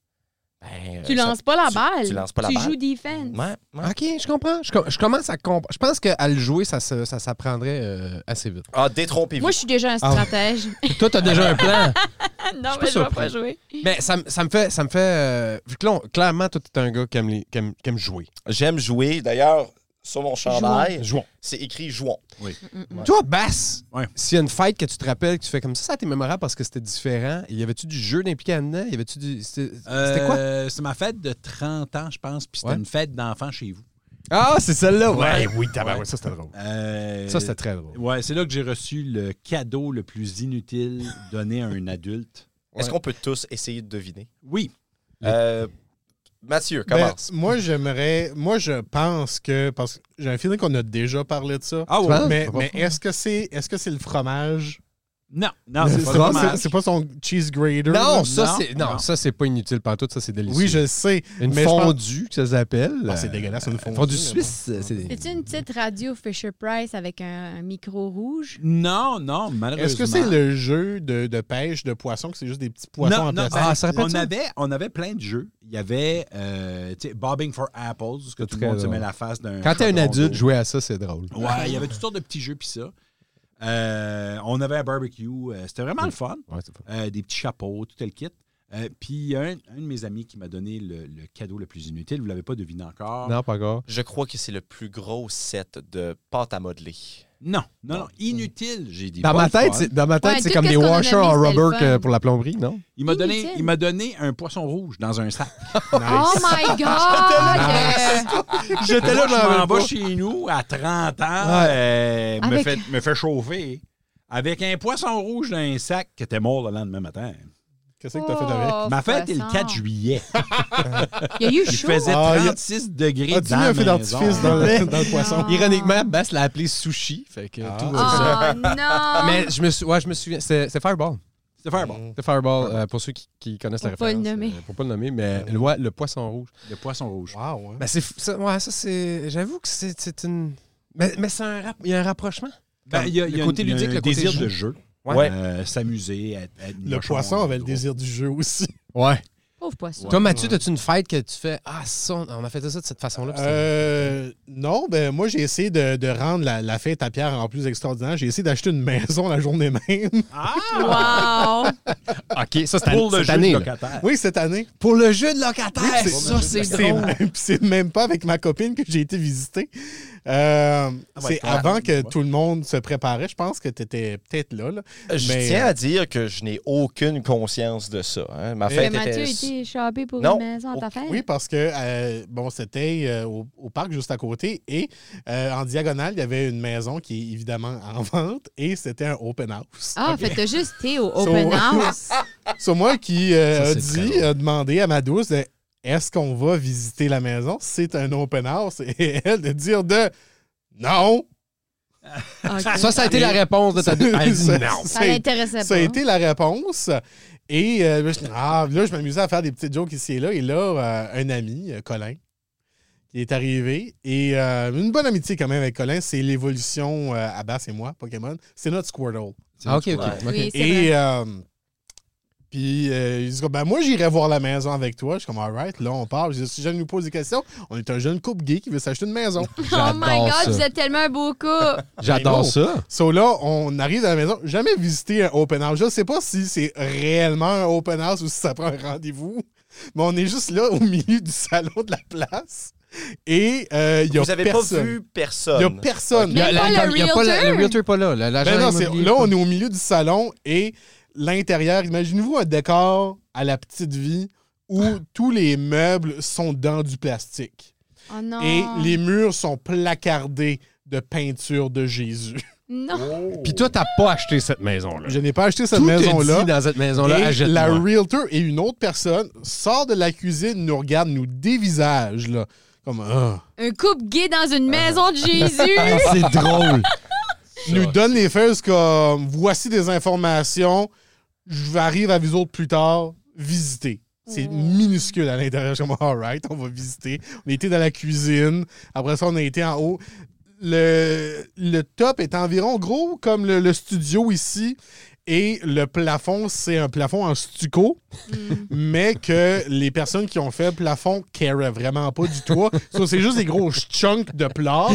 [SPEAKER 5] ben,
[SPEAKER 3] Tu
[SPEAKER 5] euh, ça-
[SPEAKER 3] lances pas la
[SPEAKER 5] tu-
[SPEAKER 3] balle.
[SPEAKER 5] tu lances pas la balle.
[SPEAKER 3] joues defense.
[SPEAKER 5] Ouais, ouais.
[SPEAKER 4] OK, je comprends. Je, com- je commence à comprendre. Je pense qu'à le jouer, ça, se- ça s'apprendrait euh, assez vite.
[SPEAKER 5] Ah, détrompez-vous.
[SPEAKER 3] Moi, je suis déjà un
[SPEAKER 4] Ah.
[SPEAKER 3] *laughs* stratège.
[SPEAKER 4] Toi, t'as déjà un plan.
[SPEAKER 3] Ah non,
[SPEAKER 4] pas
[SPEAKER 3] mais je vais
[SPEAKER 4] surpris.
[SPEAKER 3] pas jouer.
[SPEAKER 4] *laughs* Mais ça, me- ça me fait. Ça me fait euh, vu que là, on- clairement, toi, t'es un gars qui aime, les, qui aime, qui aime jouer.
[SPEAKER 5] J'aime jouer. D'ailleurs, sur mon chandail,
[SPEAKER 4] Jouons.
[SPEAKER 5] c'est écrit jouons.
[SPEAKER 4] Toi, Bass,
[SPEAKER 6] Ouais.
[SPEAKER 4] s'il y a une fête que tu te rappelles, que tu fais comme ça, ça, t'es mémorable parce que c'était différent. Y avait-tu du jeu impliqué là-dedans? Y avait-tu du. C'était c'était quoi?
[SPEAKER 6] Euh, C'est ma fête de 30 ans, je pense, puis c'était
[SPEAKER 4] Ouais.
[SPEAKER 6] une fête d'enfants chez vous.
[SPEAKER 4] Ah, c'est celle-là, ouais.
[SPEAKER 6] Ouais.
[SPEAKER 4] oui, tabarouette,
[SPEAKER 6] Ouais.
[SPEAKER 4] ça, c'était drôle.
[SPEAKER 6] Euh,
[SPEAKER 4] Ça, c'était très drôle.
[SPEAKER 6] Ouais, c'est là que j'ai reçu le cadeau le plus inutile donné à un adulte.
[SPEAKER 5] Est-ce qu'on peut tous essayer de deviner?
[SPEAKER 6] Oui.
[SPEAKER 5] Euh, Mathieu,
[SPEAKER 1] Ben,
[SPEAKER 5] commence.
[SPEAKER 1] moi, j'aimerais. Moi, je pense que. Parce que j'ai un feeling qu'on a déjà parlé de ça.
[SPEAKER 6] Ah
[SPEAKER 4] ouais?
[SPEAKER 1] Mais,
[SPEAKER 4] Ah,
[SPEAKER 1] mais est-ce que c'est est -ce c'est le fromage?
[SPEAKER 6] Non, non,
[SPEAKER 1] C'est
[SPEAKER 6] c'est pas
[SPEAKER 1] pas,
[SPEAKER 6] dommage.
[SPEAKER 1] c'est- c'est pas son cheese grater. là.
[SPEAKER 4] Non, ça,
[SPEAKER 6] Non,
[SPEAKER 4] c'est non,
[SPEAKER 6] non.
[SPEAKER 4] ça c'est pas inutile pantoute, ça, c'est délicieux.
[SPEAKER 1] Oui, je sais.
[SPEAKER 4] Une
[SPEAKER 1] mais je pense-
[SPEAKER 4] fondue, que ça s'appelle.
[SPEAKER 1] Ah, c'est dégueulasse, une
[SPEAKER 4] Euh,
[SPEAKER 1] fondue.
[SPEAKER 4] Fondue
[SPEAKER 1] mais bon.
[SPEAKER 4] suisse. C'est
[SPEAKER 3] C'est-tu une petite radio Fisher-Price avec un, un micro rouge?
[SPEAKER 6] Non, non, malheureusement.
[SPEAKER 1] Est-ce que c'est le jeu de, de pêche de poissons que c'est juste des petits poissons
[SPEAKER 6] non,
[SPEAKER 1] en
[SPEAKER 6] non,
[SPEAKER 1] plastique?
[SPEAKER 6] ben,
[SPEAKER 4] Ah, ça rappelle
[SPEAKER 6] on,
[SPEAKER 4] ça?
[SPEAKER 6] avait, on avait plein de jeux. Il y avait euh, tu sais, Bobbing for Apples, où ce que tout le
[SPEAKER 4] Très
[SPEAKER 6] monde se
[SPEAKER 4] drôle.
[SPEAKER 6] met la face d'un.
[SPEAKER 4] Quand t'es un
[SPEAKER 6] chaudron
[SPEAKER 4] adulte,
[SPEAKER 6] d'eau.
[SPEAKER 4] jouer à ça, c'est drôle.
[SPEAKER 6] Ouais, il y avait toutes sortes de petits jeux, puis ça. Euh, on avait un barbecue. euh, C'était vraiment le fun.
[SPEAKER 4] Ouais, c'est pas-
[SPEAKER 6] Euh, des petits chapeaux, tout est le kit. Euh, puis il y a un, un de mes amis qui m'a donné le, le cadeau le plus inutile. Vous ne l'avez pas deviné encore.
[SPEAKER 4] Non, pas encore.
[SPEAKER 5] Je crois que c'est le plus gros set de pâte à modeler.
[SPEAKER 6] non, non, non, inutile, j'ai dit.
[SPEAKER 4] Dans
[SPEAKER 6] pas
[SPEAKER 4] ma
[SPEAKER 6] le
[SPEAKER 4] tête,
[SPEAKER 6] fun.
[SPEAKER 4] c'est, dans ma
[SPEAKER 3] Ouais,
[SPEAKER 4] tête, c'est
[SPEAKER 3] tout
[SPEAKER 4] comme
[SPEAKER 3] qu'est-ce
[SPEAKER 4] les
[SPEAKER 3] qu'on a
[SPEAKER 4] washers
[SPEAKER 3] nommé,
[SPEAKER 4] en
[SPEAKER 3] c'était le
[SPEAKER 4] rubber que-
[SPEAKER 3] fun.
[SPEAKER 4] pour la plomberie, non?
[SPEAKER 6] Il m'a donné,
[SPEAKER 3] Inutile.
[SPEAKER 6] il m'a donné un poisson rouge dans un
[SPEAKER 4] *laughs*
[SPEAKER 6] sac.
[SPEAKER 3] *laughs* Oh my God!
[SPEAKER 6] J'étais là,
[SPEAKER 4] je m'en
[SPEAKER 6] je m'en
[SPEAKER 4] rappelle
[SPEAKER 6] vais
[SPEAKER 4] pas.
[SPEAKER 6] chez nous à 30 ans, euh, me,
[SPEAKER 3] Avec-
[SPEAKER 6] fait, me fait chauffer avec un poisson rouge dans un sac qui était mort le lendemain matin. ben,
[SPEAKER 1] Qu'est-ce que t'as fait avec?
[SPEAKER 3] Oh,
[SPEAKER 6] Ma fête est le 4
[SPEAKER 3] poisson.
[SPEAKER 6] juillet.
[SPEAKER 3] Il y a eu
[SPEAKER 6] Il
[SPEAKER 3] chaud.
[SPEAKER 6] faisait
[SPEAKER 1] Ah, il y a-
[SPEAKER 6] 36 degrés
[SPEAKER 1] As-tu
[SPEAKER 6] dans
[SPEAKER 1] mis
[SPEAKER 6] la
[SPEAKER 1] un feu
[SPEAKER 6] maison.
[SPEAKER 1] d'artifice dans, le- dans le poisson?
[SPEAKER 3] Ah.
[SPEAKER 4] Ironiquement, Bass l'a appelé sushi. Fait que tout va-
[SPEAKER 3] Oh *laughs* non!
[SPEAKER 4] Mais je me, sou- ouais, je me souviens, c'est, c'est Fireball.
[SPEAKER 6] C'est faire bon.
[SPEAKER 4] C'est Fireball, euh, pour ceux qui, qui connaissent
[SPEAKER 3] Faut
[SPEAKER 4] la
[SPEAKER 3] pas le
[SPEAKER 4] référence.
[SPEAKER 3] nommer.
[SPEAKER 4] euh, Pour pas le nommer, mais le, ouais, le poisson rouge.
[SPEAKER 6] Le poisson rouge.
[SPEAKER 1] Wow, hein?
[SPEAKER 4] Ben, c'est, fou- ça, ouais, ça, c'est, j'avoue que c'est, c'est une... Mais, mais c'est un rap- il y a un rapprochement.
[SPEAKER 6] Ben, il y a,
[SPEAKER 4] Le
[SPEAKER 6] il y a
[SPEAKER 4] côté
[SPEAKER 6] un- il y a
[SPEAKER 4] ludique,
[SPEAKER 6] un
[SPEAKER 4] le côté
[SPEAKER 6] désir
[SPEAKER 4] jeu.
[SPEAKER 6] de jeu.
[SPEAKER 4] Ouais.
[SPEAKER 6] Euh, S'amuser. être- être
[SPEAKER 1] Le
[SPEAKER 6] cochon,
[SPEAKER 1] poisson avait le
[SPEAKER 6] gros.
[SPEAKER 1] désir du jeu aussi.
[SPEAKER 4] Ouais.
[SPEAKER 3] Pauvre poisson.
[SPEAKER 4] Toi, Mathieu, as-tu une fête que tu fais Ah, ça, on a fait ça de cette façon-là puis c'était-
[SPEAKER 1] Euh, non, ben moi j'ai essayé de, de rendre la, la fête à Pierre en plus extraordinaire. J'ai essayé d'acheter une maison la journée même.
[SPEAKER 3] Wow!
[SPEAKER 4] OK, ça, c'est
[SPEAKER 6] Pour le
[SPEAKER 4] cette
[SPEAKER 6] jeu
[SPEAKER 4] année,
[SPEAKER 6] Ah! de
[SPEAKER 4] là.
[SPEAKER 6] locataire.
[SPEAKER 1] Oui, cette année.
[SPEAKER 4] Pour le jeu de locataire,
[SPEAKER 1] Oui,
[SPEAKER 4] ça, c'est
[SPEAKER 1] C'est
[SPEAKER 4] drôle.
[SPEAKER 1] même, c'est même pas avec ma copine que j'ai été visiter. Euh, c'est
[SPEAKER 6] toi,
[SPEAKER 1] avant que
[SPEAKER 6] ouais.
[SPEAKER 1] tout le monde se préparait. Je pense que tu étais peut-être là. là.
[SPEAKER 5] Je
[SPEAKER 1] Mais,
[SPEAKER 5] tiens
[SPEAKER 1] euh,
[SPEAKER 5] à dire que je n'ai aucune conscience de ça. hein. Ma
[SPEAKER 3] Mais
[SPEAKER 5] fête
[SPEAKER 3] Mathieu a
[SPEAKER 5] était...
[SPEAKER 3] été chopé pour
[SPEAKER 5] Non.
[SPEAKER 3] une maison à ta fête?
[SPEAKER 1] Oui, parce que euh, bon, c'était euh, au, au parc juste à côté et euh, en diagonale, il y avait une maison qui est évidemment en *laughs* vente et c'était un open house.
[SPEAKER 3] Ah, fait, t'as juste été au open
[SPEAKER 1] So-
[SPEAKER 3] house.
[SPEAKER 1] *laughs* Sur moi qui euh,
[SPEAKER 4] Ça,
[SPEAKER 1] a
[SPEAKER 4] c'est très
[SPEAKER 1] dit,
[SPEAKER 4] drôle.
[SPEAKER 1] a demandé à ma douce de, est-ce qu'on va visiter la maison? C'est un open house. Et *laughs* elle de dire de non.
[SPEAKER 3] Ok.
[SPEAKER 4] Ça, ça a été la réponse de ta
[SPEAKER 1] Ça-
[SPEAKER 4] *laughs* Elle dit
[SPEAKER 1] ça-
[SPEAKER 4] non.
[SPEAKER 1] ça-
[SPEAKER 3] Ça l'intéressait pas.
[SPEAKER 1] ça a été la réponse. Et euh, là, je, ah, là, je m'amusais à faire des petites jokes ici et là. Et là, euh, un ami, euh, Colin, qui est arrivé. Et euh, une bonne amitié quand même avec Colin, c'est l'évolution euh, à Bass et moi, Pokémon. C'est notre Squirtle.
[SPEAKER 4] Ah, OK, OK.
[SPEAKER 5] Ouais.
[SPEAKER 4] ok.
[SPEAKER 3] Oui, c'est vrai.
[SPEAKER 1] Et euh, puis euh, il dit ben moi j'irai voir la maison avec toi. Je suis comme alright, là on parle. Je dis, si jamais il nous pose des questions, on est un jeune couple gay qui veut s'acheter une
[SPEAKER 5] *laughs*
[SPEAKER 1] maison.
[SPEAKER 3] Oh my
[SPEAKER 4] J'adore
[SPEAKER 3] God,
[SPEAKER 4] ça.
[SPEAKER 3] vous êtes tellement un beau couple.
[SPEAKER 4] J'adore
[SPEAKER 1] Mais
[SPEAKER 4] ça.
[SPEAKER 1] so là, on arrive à la maison, jamais visité un open house. Je sais pas si c'est réellement un open house ou si ça prend un rendez-vous, mais on est juste là au milieu du salon de la place. Et euh, il y a
[SPEAKER 5] Vous avez
[SPEAKER 1] personne.
[SPEAKER 5] pas vu
[SPEAKER 1] Il
[SPEAKER 5] personne.
[SPEAKER 1] y a personne.
[SPEAKER 3] Mais pas le
[SPEAKER 4] il y a pas la-
[SPEAKER 3] realtor.
[SPEAKER 4] le realtor est pas là. la- l'agent
[SPEAKER 1] Ben non, c'est-
[SPEAKER 4] immobilier
[SPEAKER 1] là,
[SPEAKER 4] est pas-
[SPEAKER 1] on est au milieu du salon et l'intérieur. Imaginez-vous un décor à la petite vie où tous les meubles sont dans du plastique
[SPEAKER 3] Oh non.
[SPEAKER 1] et les murs sont placardés de peinture de Jésus.
[SPEAKER 3] Non.
[SPEAKER 4] Puis toi, t'as pas acheté cette
[SPEAKER 1] *laughs*
[SPEAKER 4] maison-là.
[SPEAKER 1] Je n'ai pas acheté cette
[SPEAKER 4] Tout est
[SPEAKER 1] maison-là.
[SPEAKER 4] dit dans cette maison-là,
[SPEAKER 1] Et la
[SPEAKER 4] achète-moi.
[SPEAKER 1] realtor et une autre personne sort de la cuisine, nous regarde, nous dévisage, là. Comme, ah.
[SPEAKER 3] Un couple gay dans une maison
[SPEAKER 1] *laughs*
[SPEAKER 3] de Jésus.
[SPEAKER 4] Hey, C'est drôle.
[SPEAKER 1] nous donne les faits comme voici des informations, je vais arriver à vous autres plus tard, visiter. C'est minuscule à l'intérieur. Je suis comme, all right, on va visiter. On était dans la cuisine. Après ça, on a été en haut. Le, le top est environ gros comme le, le studio ici. Et le plafond, c'est un plafond en stucco, *laughs* mais que les personnes qui ont fait plafond care vraiment pas du toit. So, c'est juste des gros chunks de plâtre.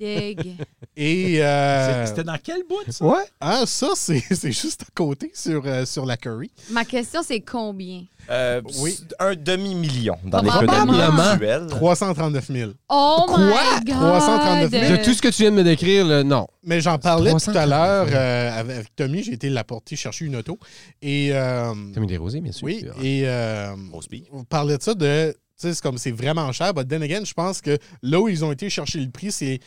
[SPEAKER 3] Dig.
[SPEAKER 1] Et, euh,
[SPEAKER 6] C'est- C'était dans quel bout, ça?
[SPEAKER 4] Ouais.
[SPEAKER 1] ah, ça, c'est *laughs* c'est juste à côté sur, euh, sur la curry.
[SPEAKER 3] Ma question, c'est combien?
[SPEAKER 5] Euh,
[SPEAKER 1] Oui.
[SPEAKER 5] c'est Un demi-million dans
[SPEAKER 3] Ah, Probablement.
[SPEAKER 5] l'économie actuelle.
[SPEAKER 1] 339 000.
[SPEAKER 3] Oh my God.
[SPEAKER 1] 339 000.
[SPEAKER 3] Euh.
[SPEAKER 4] De tout ce que tu viens de me décrire, là, non.
[SPEAKER 1] Mais j'en parlais tout à
[SPEAKER 4] 339 000.
[SPEAKER 1] l'heure euh, avec avec Tommy. J'ai été l'apporter chercher une auto. Et, euh,
[SPEAKER 4] Tommy hein. Desrosiers, bien sûr.
[SPEAKER 1] oui, et euh,
[SPEAKER 5] Grosse bille.
[SPEAKER 1] on parlait de ça de... tu sais, C'est comme c'est vraiment cher. But then again, je pense que là où ils ont été chercher le prix, c'est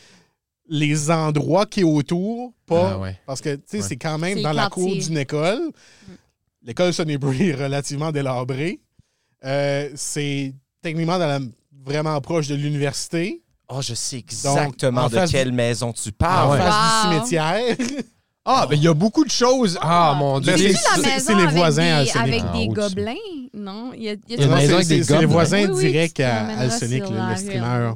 [SPEAKER 1] les endroits qui est autour, pas
[SPEAKER 4] Ah ouais.
[SPEAKER 1] Parce que, tu sais,
[SPEAKER 4] Ouais.
[SPEAKER 1] c'est quand
[SPEAKER 3] C'est
[SPEAKER 1] même
[SPEAKER 3] Mm. le
[SPEAKER 1] dans la cour
[SPEAKER 3] quartier.
[SPEAKER 1] d'une école. L'école Sunnybury est relativement délabrée. Euh, c'est techniquement dans la- vraiment proche de l'université,
[SPEAKER 5] Oh, Ah, je sais exactement
[SPEAKER 1] en
[SPEAKER 5] de
[SPEAKER 1] face
[SPEAKER 5] quelle maison tu
[SPEAKER 1] en
[SPEAKER 5] parles.
[SPEAKER 1] face du
[SPEAKER 3] Wow.
[SPEAKER 1] cimetière.
[SPEAKER 4] *laughs* Ah, ben il y a beaucoup de choses. Ah, mon Dieu.
[SPEAKER 1] Mais
[SPEAKER 3] C'est
[SPEAKER 1] c'est-
[SPEAKER 3] la
[SPEAKER 1] c'est-
[SPEAKER 3] maison
[SPEAKER 1] c'est les
[SPEAKER 3] avec
[SPEAKER 1] voisins à
[SPEAKER 3] des,
[SPEAKER 1] Alcenic.
[SPEAKER 3] avec
[SPEAKER 4] Ah,
[SPEAKER 3] des
[SPEAKER 4] au-dessus.
[SPEAKER 3] gobelins, non? Il y a, il y a-
[SPEAKER 4] Une
[SPEAKER 1] Non,
[SPEAKER 4] maison
[SPEAKER 1] c'est-
[SPEAKER 4] avec des
[SPEAKER 1] c'est- c'est les
[SPEAKER 4] gobelins.
[SPEAKER 1] voisins
[SPEAKER 3] Oui, oui,
[SPEAKER 1] directs
[SPEAKER 3] qui se
[SPEAKER 1] à
[SPEAKER 3] promènent
[SPEAKER 1] Alcenic,
[SPEAKER 3] sur
[SPEAKER 1] le,
[SPEAKER 3] la
[SPEAKER 1] le
[SPEAKER 3] rue.
[SPEAKER 1] streamer.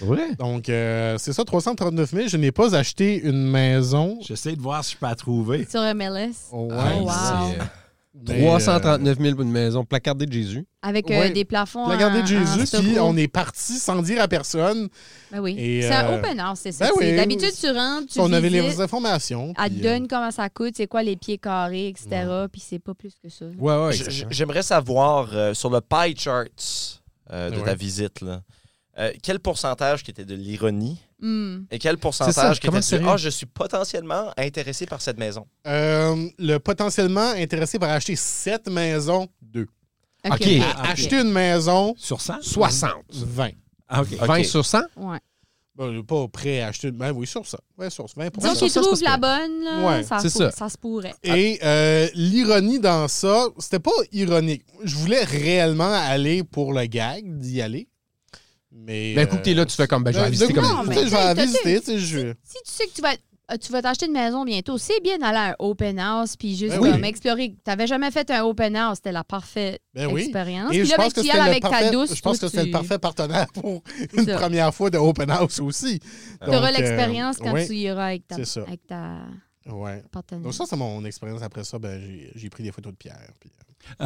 [SPEAKER 4] Vrai?
[SPEAKER 1] Donc, euh, c'est ça, 339 000. Je n'ai pas acheté une maison.
[SPEAKER 6] J'essaie de voir si je peux la trouver.
[SPEAKER 3] Sur MLS.
[SPEAKER 1] Ouais.
[SPEAKER 3] Oh, wow.
[SPEAKER 4] C'est, euh,
[SPEAKER 1] Mais,
[SPEAKER 4] 339 000 pour une maison placardée de Jésus.
[SPEAKER 3] Avec euh,
[SPEAKER 1] Ouais.
[SPEAKER 3] des plafonds.
[SPEAKER 1] La gardée de
[SPEAKER 3] en- en
[SPEAKER 1] Jésus, puis
[SPEAKER 3] stucco.
[SPEAKER 1] on est parti sans dire à personne.
[SPEAKER 3] Ben oui.
[SPEAKER 1] Et,
[SPEAKER 3] C'est un
[SPEAKER 1] euh,
[SPEAKER 3] open house, c'est ça.
[SPEAKER 1] ben
[SPEAKER 3] C'est-
[SPEAKER 1] oui.
[SPEAKER 3] D'habitude, tu rentres, tu
[SPEAKER 1] on avait
[SPEAKER 3] visites,
[SPEAKER 1] les informations.
[SPEAKER 3] elle
[SPEAKER 1] puis,
[SPEAKER 3] te
[SPEAKER 1] euh,
[SPEAKER 3] donne comment ça coûte, c'est quoi les pieds carrés, etc. Puis c'est pas plus que ça.
[SPEAKER 4] Ouais, ouais.
[SPEAKER 5] J- j- J'aimerais savoir euh, sur le pie chart euh, de
[SPEAKER 1] Ouais.
[SPEAKER 5] ta visite, là, euh, quel pourcentage qui était de l'ironie
[SPEAKER 3] Hmm.
[SPEAKER 5] et quel
[SPEAKER 4] C'est ça,
[SPEAKER 5] pourcentage qui
[SPEAKER 4] comment
[SPEAKER 5] était
[SPEAKER 4] sérieux?
[SPEAKER 5] du Ah, je suis potentiellement intéressé par cette maison.
[SPEAKER 1] euh, le potentiellement intéressé par acheter sept maisons, deux. À
[SPEAKER 4] OK.
[SPEAKER 3] OK.
[SPEAKER 6] Ah, ok.
[SPEAKER 1] Acheter une maison,
[SPEAKER 6] Sur 100?
[SPEAKER 1] 60. 20.
[SPEAKER 6] Ah, OK.
[SPEAKER 4] 20 sur 100?
[SPEAKER 3] Ouais.
[SPEAKER 1] Ben, pas prêt à acheter une. Ben oui, sur ça. Ouais, sur ça. 20
[SPEAKER 3] Disons
[SPEAKER 4] ça,
[SPEAKER 3] qu'ils
[SPEAKER 4] ça, ça
[SPEAKER 3] trouvent
[SPEAKER 4] se
[SPEAKER 3] la
[SPEAKER 4] peut.
[SPEAKER 3] bonne, là,
[SPEAKER 1] Ouais,
[SPEAKER 3] ça,
[SPEAKER 4] c'est
[SPEAKER 3] se-
[SPEAKER 4] ça.
[SPEAKER 3] ça se pourrait.
[SPEAKER 1] Et euh, l'ironie dans ça, c'était pas ironique. Je voulais réellement aller pour le gag d'y aller. Mais.
[SPEAKER 4] Ben, coup que t'es là, tu fais comme, ben, je
[SPEAKER 1] de-
[SPEAKER 4] vais la visiter
[SPEAKER 1] de-
[SPEAKER 4] comme.
[SPEAKER 3] Euh, Non,
[SPEAKER 1] tu
[SPEAKER 3] mais
[SPEAKER 4] *laughs*
[SPEAKER 1] sais, je vais la
[SPEAKER 3] t'as-
[SPEAKER 1] visiter, tu sais, je-
[SPEAKER 3] Si tu sais que tu vas euh, tu vas t'acheter une maison bientôt, c'est bien d'aller à un open house puis juste
[SPEAKER 1] Ben oui.
[SPEAKER 3] comme explorer. T'avais jamais fait un open house, c'était la parfaite
[SPEAKER 1] Ben oui.
[SPEAKER 3] expérience.
[SPEAKER 1] Et
[SPEAKER 3] Puis
[SPEAKER 1] je
[SPEAKER 3] là, ben,
[SPEAKER 1] pense que
[SPEAKER 3] tu y
[SPEAKER 1] c'était
[SPEAKER 3] allais
[SPEAKER 1] le
[SPEAKER 3] avec ta
[SPEAKER 1] parfait-
[SPEAKER 3] douce.
[SPEAKER 1] je pense que
[SPEAKER 3] c'est
[SPEAKER 1] c'est le parfait partenaire pour une
[SPEAKER 3] ça.
[SPEAKER 1] première fois de open house aussi.
[SPEAKER 3] Tu auras
[SPEAKER 1] Donc, euh,
[SPEAKER 3] l'expérience quand
[SPEAKER 1] ouais,
[SPEAKER 3] tu iras avec ta,
[SPEAKER 1] c'est ça.
[SPEAKER 3] avec ta
[SPEAKER 1] Ouais.
[SPEAKER 3] partenaire.
[SPEAKER 1] Donc ça, c'est mon expérience. Après ça, ben, j'ai- j'ai pris des photos de Pierre. puis,
[SPEAKER 4] *laughs*
[SPEAKER 1] euh,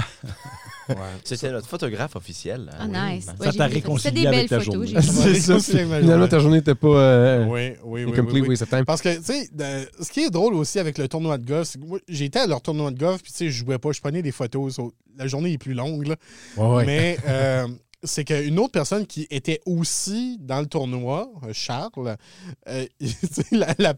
[SPEAKER 1] ouais.
[SPEAKER 5] C'était notre photographe officiel. hein.
[SPEAKER 3] Ah, nice.
[SPEAKER 1] ben,
[SPEAKER 5] Oui.
[SPEAKER 3] Ouais,
[SPEAKER 6] Ça
[SPEAKER 3] j'ai
[SPEAKER 6] t'a
[SPEAKER 3] vu des photos.
[SPEAKER 6] réconcilié
[SPEAKER 3] C'est des
[SPEAKER 6] avec
[SPEAKER 3] belles
[SPEAKER 6] ta
[SPEAKER 3] photos,
[SPEAKER 6] journée.
[SPEAKER 3] j'ai vu.
[SPEAKER 1] *laughs* Ouais, ça, c'est ma
[SPEAKER 4] Finalement,
[SPEAKER 1] journée.
[SPEAKER 4] ta journée n'était pas euh,
[SPEAKER 1] Oui, oui, oui, oui,
[SPEAKER 4] incomplete,
[SPEAKER 1] oui.
[SPEAKER 4] oui, certain.
[SPEAKER 1] Parce que, tu sais, de- ce qui est drôle aussi avec le tournoi de golf, c'est que moi, j'étais à leur tournoi de golf, puis tu sais, je jouais pas, je prenais des photos. so- la journée est plus longue, là.
[SPEAKER 4] Ouais, ouais.
[SPEAKER 1] Mais euh, c'est qu'une autre personne qui était aussi dans le tournoi, euh, Charles, euh, *laughs* tu sais, la- la-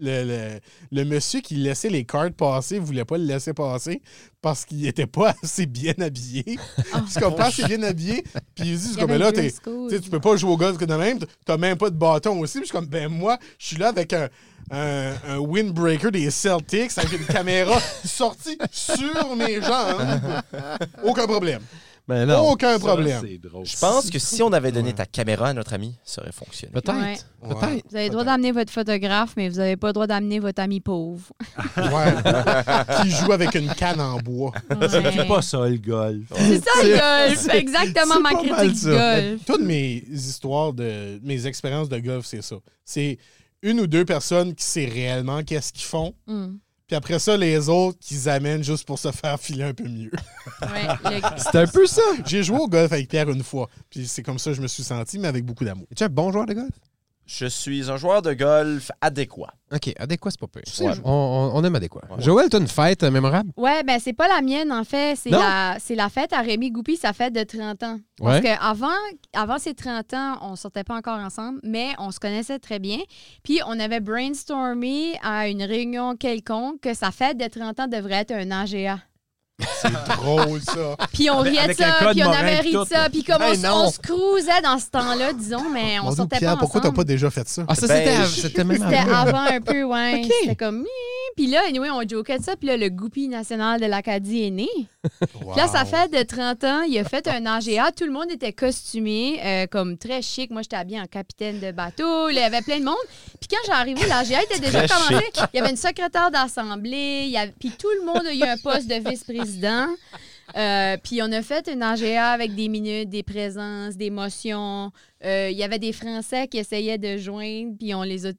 [SPEAKER 1] le, le- le monsieur qui laissait les cartes passer voulait pas le laisser passer parce qu'il était pas *laughs* assez bien habillé. tu comprends? Assez bien habillé. Puis il dit,
[SPEAKER 3] Ah. Il y
[SPEAKER 1] comme,
[SPEAKER 3] avait
[SPEAKER 1] ben là,
[SPEAKER 3] une
[SPEAKER 1] t'es-
[SPEAKER 3] dress code.
[SPEAKER 1] tu sais, tu peux pas jouer au golf que de même, t'as même pas de bâton aussi. Puis je suis comme, ben moi, je suis là avec un, un, un windbreaker des Celtics avec une caméra *laughs* sortie sur mes jambes. Aucun problème.
[SPEAKER 4] Mais Ben, non.
[SPEAKER 1] Aucun
[SPEAKER 6] Ça,
[SPEAKER 1] problème.
[SPEAKER 6] C'est drôle.
[SPEAKER 5] Je pense que si on avait donné ta caméra à notre ami, ça aurait fonctionné.
[SPEAKER 4] Peut-être.
[SPEAKER 3] Ouais.
[SPEAKER 4] Peut-être.
[SPEAKER 3] Vous avez le droit d'amener votre photographe, mais vous n'avez pas le droit d'amener votre
[SPEAKER 1] *laughs*
[SPEAKER 3] ami pauvre.
[SPEAKER 1] Ouais. *laughs* qui joue avec une canne en bois.
[SPEAKER 6] C'est pas ça, le golf.
[SPEAKER 3] C'est ça le golf. C'est exactement
[SPEAKER 4] c'est
[SPEAKER 3] ma
[SPEAKER 4] pas mal
[SPEAKER 3] critique du
[SPEAKER 4] ça.
[SPEAKER 3] golf.
[SPEAKER 1] Toutes mes histoires de mes expériences de golf, c'est ça. C'est une ou deux personnes qui sait réellement qu'est-ce qu'ils font.
[SPEAKER 3] Hmm.
[SPEAKER 1] Puis après ça, les autres qu'ils amènent juste pour se faire filer un peu mieux.
[SPEAKER 3] Ouais,
[SPEAKER 1] *laughs*
[SPEAKER 3] le-
[SPEAKER 4] C'est un peu ça.
[SPEAKER 1] J'ai joué au golf avec Pierre une fois. Puis c'est comme ça que je me suis senti, mais avec beaucoup d'amour.
[SPEAKER 4] Es-tu un bon joueur de golf?
[SPEAKER 5] Je suis un joueur de golf adéquat.
[SPEAKER 4] OK, adéquat, c'est pas pire.
[SPEAKER 5] sais,
[SPEAKER 4] Ouais.
[SPEAKER 5] je-
[SPEAKER 4] On, on- on aime adéquat. Joël, t'as une fête euh, mémorable?
[SPEAKER 3] Ouais, ben c'est pas la mienne en fait, c'est
[SPEAKER 4] Non?
[SPEAKER 3] la c'est la fête à Rémi Goupy, sa fête de 30 ans.
[SPEAKER 4] Ouais.
[SPEAKER 3] Parce que avant avant ses 30 ans, on sortait pas encore ensemble, mais on se connaissait très bien. Puis on avait brainstormé à une réunion quelconque que sa fête de 30 ans devrait être un AGA.
[SPEAKER 1] Drôle, ça.
[SPEAKER 3] Puis on
[SPEAKER 6] Avec-
[SPEAKER 3] riait de
[SPEAKER 6] avec un
[SPEAKER 3] ça,
[SPEAKER 6] code
[SPEAKER 3] puis on
[SPEAKER 6] moral
[SPEAKER 3] avait
[SPEAKER 6] puis
[SPEAKER 3] ri de
[SPEAKER 6] tout,
[SPEAKER 3] ça,
[SPEAKER 6] là.
[SPEAKER 3] puis comme on,
[SPEAKER 4] Hey,
[SPEAKER 3] s-
[SPEAKER 4] non.
[SPEAKER 3] on se cruisait dans ce temps-là, disons, mais *laughs* on
[SPEAKER 1] Mon Dieu,
[SPEAKER 3] sortait
[SPEAKER 1] Pierre,
[SPEAKER 3] pas
[SPEAKER 1] pourquoi t'as
[SPEAKER 3] ensemble.
[SPEAKER 1] pas déjà fait ça?
[SPEAKER 4] Ah, ça,
[SPEAKER 5] Ben,
[SPEAKER 4] c'était av-
[SPEAKER 5] je-
[SPEAKER 4] c'était même
[SPEAKER 3] C'était
[SPEAKER 4] avant.
[SPEAKER 3] avant un
[SPEAKER 1] *laughs*
[SPEAKER 3] peu, ouais.
[SPEAKER 4] Ok.
[SPEAKER 3] C'était comme... Hum. Puis là, anyway, on jokait de ça. Puis là, le goupil national de l'Acadie est né. Puis là, sa fête de 30 ans, il a fait un AGA. Tout le monde était costumé, euh, comme très chic. Moi, j'étais habillée en capitaine de bateau. Là, il y avait plein de monde. Puis quand j'ai arrivé, l'AGA était déjà
[SPEAKER 5] Très
[SPEAKER 3] commencé. Il y avait une secrétaire d'assemblée. il y avait- Puis tout le monde a eu un poste de vice-président. Euh, puis on a fait une AGA avec des minutes, des présences, des motions. Euh, Il y avait des Français qui essayaient de joindre, puis on les a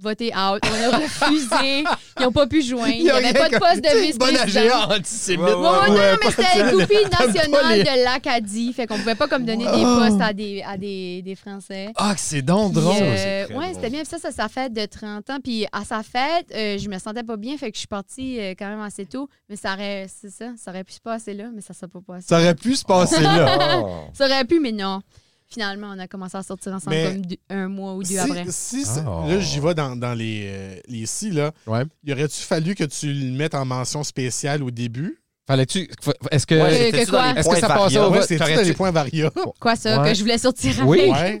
[SPEAKER 3] votés out. On a refusé. Ils n'ont pas pu joindre. Il n'y avait pas de *laughs* poste de vice-président.
[SPEAKER 4] antisémite.
[SPEAKER 3] Ouais, ouais, non, mais
[SPEAKER 4] *laughs*
[SPEAKER 3] c'était le goupille
[SPEAKER 4] pas
[SPEAKER 3] national
[SPEAKER 4] les-
[SPEAKER 3] de l'Acadie. Fait qu'on pouvait pas comme donner des
[SPEAKER 4] Wow.
[SPEAKER 3] postes à des, à des, des Français.
[SPEAKER 4] Ah, que c'est donc
[SPEAKER 3] Puis,
[SPEAKER 4] drôle.
[SPEAKER 3] euh,
[SPEAKER 6] c'est très
[SPEAKER 3] ouais,
[SPEAKER 6] drôle.
[SPEAKER 3] c'était bien. Puis ça, ça, sa fête de 30 ans. Puis à sa fête, euh, je me sentais pas bien. Fait que je suis partie euh, quand même assez tôt. Mais ça aurait, c'est ça, ça aurait pu se passer là, mais ça s'est pas passé.
[SPEAKER 4] Ça aurait pu se passer là.
[SPEAKER 3] *laughs*
[SPEAKER 5] Oh.
[SPEAKER 3] Ça aurait pu, mais non. Finalement, on a commencé à sortir ensemble
[SPEAKER 1] Mais-
[SPEAKER 3] comme deux- un mois ou deux
[SPEAKER 1] Si-
[SPEAKER 3] après.
[SPEAKER 1] si c'est-
[SPEAKER 4] Ah.
[SPEAKER 1] Là, j'y vais dans, dans les, euh, les si, là.
[SPEAKER 4] Ouais.
[SPEAKER 1] Y aurait-tu fallu que tu le mettes en mention spéciale au début?
[SPEAKER 4] Fallait-tu. fa- Est-ce que.
[SPEAKER 5] Ouais,
[SPEAKER 3] Euh,
[SPEAKER 5] j'étais-tu
[SPEAKER 3] que
[SPEAKER 5] dans
[SPEAKER 3] quoi?
[SPEAKER 4] Est-ce
[SPEAKER 5] les
[SPEAKER 4] que
[SPEAKER 5] points
[SPEAKER 4] ça
[SPEAKER 5] variables?
[SPEAKER 4] passait au-
[SPEAKER 1] ouais,
[SPEAKER 4] va-
[SPEAKER 1] c'est tout dans
[SPEAKER 4] t'aurais-tu-
[SPEAKER 1] les points variables.
[SPEAKER 3] Quoi ça,
[SPEAKER 4] Ouais.
[SPEAKER 3] que je voulais sortir
[SPEAKER 4] Oui.
[SPEAKER 3] avec?
[SPEAKER 1] Ouais.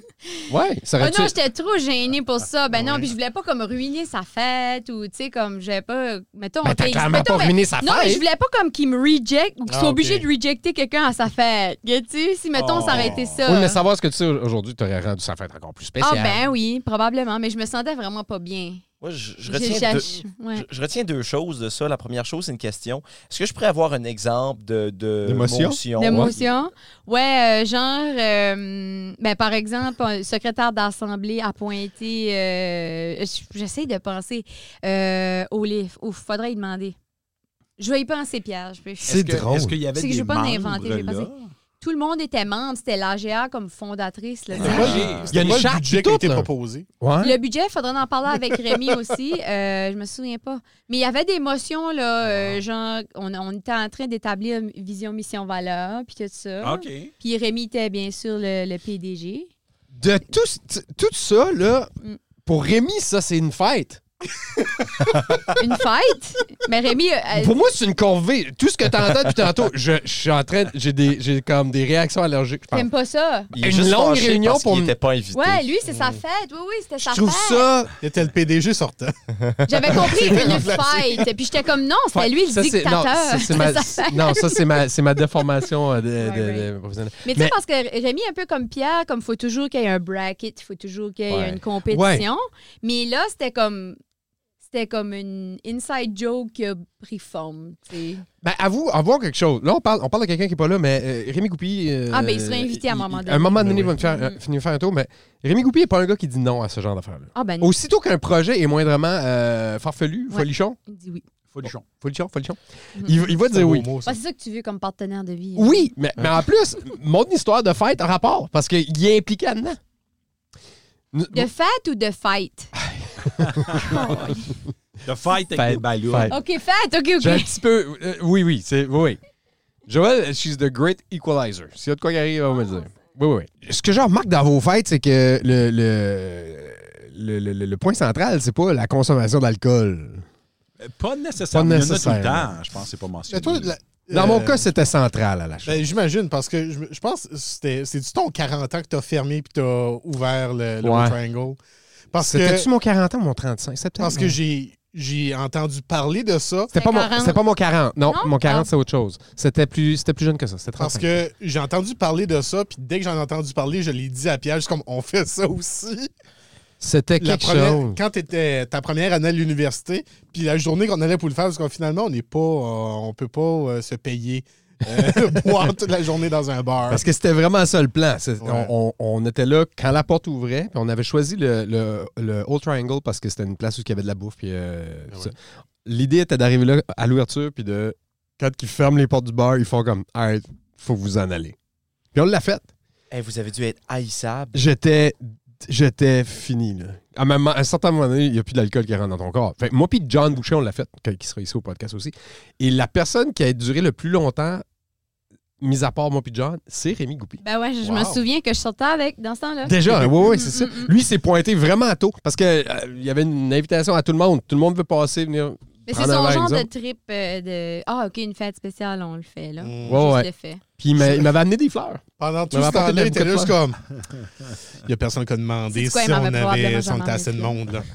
[SPEAKER 4] Ouais, ça
[SPEAKER 3] Ah
[SPEAKER 4] aurait-tu.
[SPEAKER 3] non, j'étais trop gênée pour ça. Ben non,
[SPEAKER 1] Ouais.
[SPEAKER 3] puis je voulais pas comme ruiner sa fête ou tu sais comme j'avais pas mettons
[SPEAKER 4] Ben,
[SPEAKER 3] on
[SPEAKER 4] t'as
[SPEAKER 3] fait-
[SPEAKER 4] clairement
[SPEAKER 3] mettons,
[SPEAKER 4] pas
[SPEAKER 3] mais-
[SPEAKER 4] ruiné sa
[SPEAKER 3] Non, mais je
[SPEAKER 4] fête.
[SPEAKER 3] voulais pas comme qu'il me reject ou qu'il
[SPEAKER 1] Ah,
[SPEAKER 3] soit
[SPEAKER 1] ok.
[SPEAKER 3] obligé de rejecter quelqu'un à sa fête. Que, Tu sais, si mettons ça aurait été ça.
[SPEAKER 4] Oui, mais savoir ce que tu sais aujourd'hui, t'aurais rendu sa fête encore plus
[SPEAKER 3] ah
[SPEAKER 4] spéciale.
[SPEAKER 3] ben oui, probablement, mais je me sentais vraiment pas bien.
[SPEAKER 5] Moi, je,
[SPEAKER 3] J'ai-
[SPEAKER 5] je
[SPEAKER 3] j'ai-
[SPEAKER 5] retiens deux,
[SPEAKER 3] ouais.
[SPEAKER 5] je, je retiens deux choses de ça. La première chose, c'est une question. Est-ce que je pourrais avoir un exemple de, de
[SPEAKER 4] D'émotion?
[SPEAKER 5] motion?
[SPEAKER 3] D'émotion. Ouais, euh, genre, euh, ben, par exemple, un secrétaire d'assemblée a pointé. euh, j- J'essaie de penser euh, au livre. Ouf, faudrait y demander. Je vais y penser, Pierre. Je peux-
[SPEAKER 4] C'est
[SPEAKER 6] que-
[SPEAKER 4] drôle.
[SPEAKER 6] Est-ce qu'il y avait
[SPEAKER 3] C'est que
[SPEAKER 6] des
[SPEAKER 3] je veux pas en
[SPEAKER 6] membres
[SPEAKER 3] inventer, j'ai
[SPEAKER 6] là?
[SPEAKER 3] pensé. Tout le monde était membre. C'était l'AGA comme fondatrice. là, tu sais.
[SPEAKER 1] Moi, j'ai-
[SPEAKER 5] Il y a
[SPEAKER 1] c'était
[SPEAKER 4] une
[SPEAKER 1] quoi
[SPEAKER 4] charte
[SPEAKER 1] le budget
[SPEAKER 4] puis
[SPEAKER 1] qui a
[SPEAKER 4] tout,
[SPEAKER 1] été
[SPEAKER 4] là.
[SPEAKER 1] proposé.
[SPEAKER 4] Ouais.
[SPEAKER 3] Le budget, faudrait en parler
[SPEAKER 4] *laughs*
[SPEAKER 3] avec Rémi aussi. Euh, je me souviens pas. Mais il y avait des motions, là, euh, genre, on, on était en train d'établir une vision, mission, valeur, puis tout
[SPEAKER 4] Ah,
[SPEAKER 3] ça.
[SPEAKER 6] OK.
[SPEAKER 3] Puis Rémi était bien sûr le, le PDG.
[SPEAKER 4] De tout, ce- t- tout ça, là,
[SPEAKER 3] Mm.
[SPEAKER 4] pour Rémi, ça, c'est une fête. *laughs*
[SPEAKER 3] Une fête? Mais Rémi, euh,
[SPEAKER 4] Pour moi, c'est une corvée. Tout ce que t'entends depuis tantôt, je, je suis en train. de- J'ai des, j'ai comme des réactions allergiques, je pense.
[SPEAKER 3] t'aimes pas ça?
[SPEAKER 5] Il est
[SPEAKER 4] Une
[SPEAKER 5] juste
[SPEAKER 4] longue
[SPEAKER 5] fâché
[SPEAKER 4] réunion
[SPEAKER 5] parce
[SPEAKER 4] pour
[SPEAKER 5] qu'il
[SPEAKER 4] me-
[SPEAKER 5] était pas invité.
[SPEAKER 3] Ouais, lui, c'est sa fête. Oui, oui, c'était sa
[SPEAKER 4] Je trouve
[SPEAKER 3] fête.
[SPEAKER 4] ça.
[SPEAKER 1] Il était le PDG
[SPEAKER 4] Ah,
[SPEAKER 1] sortant.
[SPEAKER 4] *laughs*
[SPEAKER 3] J'avais compris une fête. Puis j'étais comme, non, c'était Ben, lui le
[SPEAKER 4] Ça, c'est- non,
[SPEAKER 3] dictateur.
[SPEAKER 4] ça, c'est
[SPEAKER 3] *laughs*
[SPEAKER 4] ma-
[SPEAKER 3] C'était sa
[SPEAKER 4] c'est- Non, ça, c'est ma, c'est ma déformation euh, de,
[SPEAKER 3] Ouais,
[SPEAKER 4] de-
[SPEAKER 3] ouais.
[SPEAKER 4] de professionnelle.
[SPEAKER 3] Mais tu sais,
[SPEAKER 4] Mais-
[SPEAKER 3] parce que Rémi, un peu comme Pierre, comme il faut toujours qu'il y ait un bracket, il faut toujours qu'il y ait
[SPEAKER 4] Ouais.
[SPEAKER 3] une compétition. Mais là, c'était comme. C'était comme une inside joke qui a pris forme. tu sais.
[SPEAKER 4] Ben, avoue, avouons quelque chose. Là, on parle, on parle de quelqu'un qui n'est pas là, mais euh, Rémi Goupy. euh,
[SPEAKER 3] Ah, ben, il serait invité à un
[SPEAKER 4] il-
[SPEAKER 3] moment
[SPEAKER 4] il-
[SPEAKER 3] donné.
[SPEAKER 4] À un moment donné, il
[SPEAKER 1] Ben
[SPEAKER 4] va me faire,
[SPEAKER 3] Mhm.
[SPEAKER 4] euh, venir faire un tour, mais Rémi Goupy n'est pas un gars qui dit non à ce genre d'affaires-là.
[SPEAKER 3] Ah, ben, non,
[SPEAKER 4] Aussitôt qu'un projet est moindrement euh, farfelu,
[SPEAKER 3] Ouais.
[SPEAKER 4] folichon,
[SPEAKER 3] il dit oui.
[SPEAKER 6] Folichon.
[SPEAKER 4] folichon, folichon,
[SPEAKER 3] Mhm.
[SPEAKER 4] il, va- il va
[SPEAKER 1] C'est un
[SPEAKER 4] dire
[SPEAKER 1] beau
[SPEAKER 4] oui.
[SPEAKER 1] mot, ça.
[SPEAKER 3] Ah, c'est ça que tu veux comme partenaire de vie. hein.
[SPEAKER 4] Oui, mais, mais en plus, mon histoire de fête a rapport, parce qu'il est impliqué là-dedans. Nous-
[SPEAKER 3] De fête ou
[SPEAKER 4] *laughs*
[SPEAKER 3] de fight?
[SPEAKER 6] The fight avec
[SPEAKER 4] Fête,
[SPEAKER 6] des ballots.
[SPEAKER 4] fête.
[SPEAKER 3] OK, fête, OK, *laughs*
[SPEAKER 4] J'ai un
[SPEAKER 3] OK.
[SPEAKER 4] petit peu. euh, oui, oui, c'est. Oui, oui. Joël, she's the great equalizer. S'il y a de quoi qui arrive, on va me le dire. Oui, oui, oui. Ce que je remarque dans vos fêtes, c'est que le, le, le, le- le- le point central, c'est pas la consommation d'alcool.
[SPEAKER 6] Euh, Pas nécessairement.
[SPEAKER 4] Pas
[SPEAKER 6] Il y en a tout le
[SPEAKER 4] nécessairement.
[SPEAKER 6] temps. Je pense que c'est pas mentionné.
[SPEAKER 1] Mais toi, la-
[SPEAKER 4] Dans
[SPEAKER 1] euh,
[SPEAKER 4] mon cas, c'était central à la chose.
[SPEAKER 1] ben, j'imagine, parce que je, je pense que c'était- c'est-tu ton 40 ans que t'as fermé puis t'as ouvert le, le
[SPEAKER 4] Ouais.
[SPEAKER 1] Triangle? Parce que,
[SPEAKER 4] C'était-tu mon 40 ans ou mon 35? C'était peut-être
[SPEAKER 1] parce que
[SPEAKER 4] mon-
[SPEAKER 1] j'ai j'ai entendu parler de ça,
[SPEAKER 4] C'était pas, mon,
[SPEAKER 3] 40.
[SPEAKER 4] c'était pas mon 40. Non,
[SPEAKER 3] Non?
[SPEAKER 4] mon 40,
[SPEAKER 3] Ah.
[SPEAKER 4] c'est autre chose. C'était plus, c'était plus jeune que ça. C'était
[SPEAKER 1] parce
[SPEAKER 4] 35.
[SPEAKER 1] que j'ai entendu parler de ça, puis dès que j'en ai entendu parler, je l'ai dit à Pierre, juste comme on fait ça aussi.
[SPEAKER 4] C'était
[SPEAKER 1] La
[SPEAKER 4] quelque
[SPEAKER 1] première,
[SPEAKER 4] chose.
[SPEAKER 1] quand t'étais ta première année à l'université, puis la journée qu'on allait pour le faire, parce que finalement, on n'est pas, euh, on peut pas euh, se payer euh, *laughs* boire toute la journée dans un bar.
[SPEAKER 4] Parce que c'était vraiment ça le plan. C'est-
[SPEAKER 1] Ouais.
[SPEAKER 4] On, on- on était là quand la porte ouvrait, puis on avait choisi le, le, le Old Triangle parce que c'était une place où il y avait de la bouffe. Puis, euh,
[SPEAKER 1] Ah ouais.
[SPEAKER 4] ça. L'idée était d'arriver là à l'ouverture, puis de quand ils ferment les portes du bar, ils font comme Alright, faut vous en aller. Puis on l'a fait.
[SPEAKER 5] Hey, vous avez dû être haïssable.
[SPEAKER 4] J'étais j'étais fini. Là. À, un moment- à un certain moment donné, il n'y a plus d'alcool qui rentre dans ton corps. Fait que moi, puis John Boucher, on l'a fait, qui qui sera ici au podcast aussi. Et la personne qui a duré le plus longtemps, mis à part moi puis John, c'est Rémi Goupy.
[SPEAKER 3] Ben ouais, je me
[SPEAKER 4] Wow.
[SPEAKER 3] souviens que je sortais avec dans ce temps-là. *laughs*
[SPEAKER 4] Déjà, oui, oui, c'est ça.
[SPEAKER 3] Mm, mm, mm.
[SPEAKER 4] Lui, il s'est pointé vraiment tôt parce que euh, il y avait une invitation à tout le monde. Tout le monde veut passer, venir.
[SPEAKER 3] Mais c'est
[SPEAKER 4] prendre un
[SPEAKER 3] son
[SPEAKER 4] verre,
[SPEAKER 3] genre de
[SPEAKER 4] exemple.
[SPEAKER 3] trip euh, de. Ah, OK, une fête spéciale, on le fait, là.
[SPEAKER 1] Mm.
[SPEAKER 4] Ouais,
[SPEAKER 3] Juste
[SPEAKER 4] ouais.
[SPEAKER 3] le fait.
[SPEAKER 4] Puis il m'a- il m'avait amené des fleurs. *laughs*
[SPEAKER 1] Pendant tout
[SPEAKER 4] Mais
[SPEAKER 1] ce
[SPEAKER 4] ma porte
[SPEAKER 1] temps-là, il
[SPEAKER 4] était
[SPEAKER 1] était juste
[SPEAKER 4] beaucoup
[SPEAKER 1] comme. Il n'y a personne qui a demandé
[SPEAKER 3] C'est quoi,
[SPEAKER 1] si
[SPEAKER 3] il
[SPEAKER 1] on
[SPEAKER 3] m'avait probablement
[SPEAKER 1] avait si on était
[SPEAKER 3] jamais
[SPEAKER 1] assez de
[SPEAKER 3] invité.
[SPEAKER 1] monde. Là. *laughs*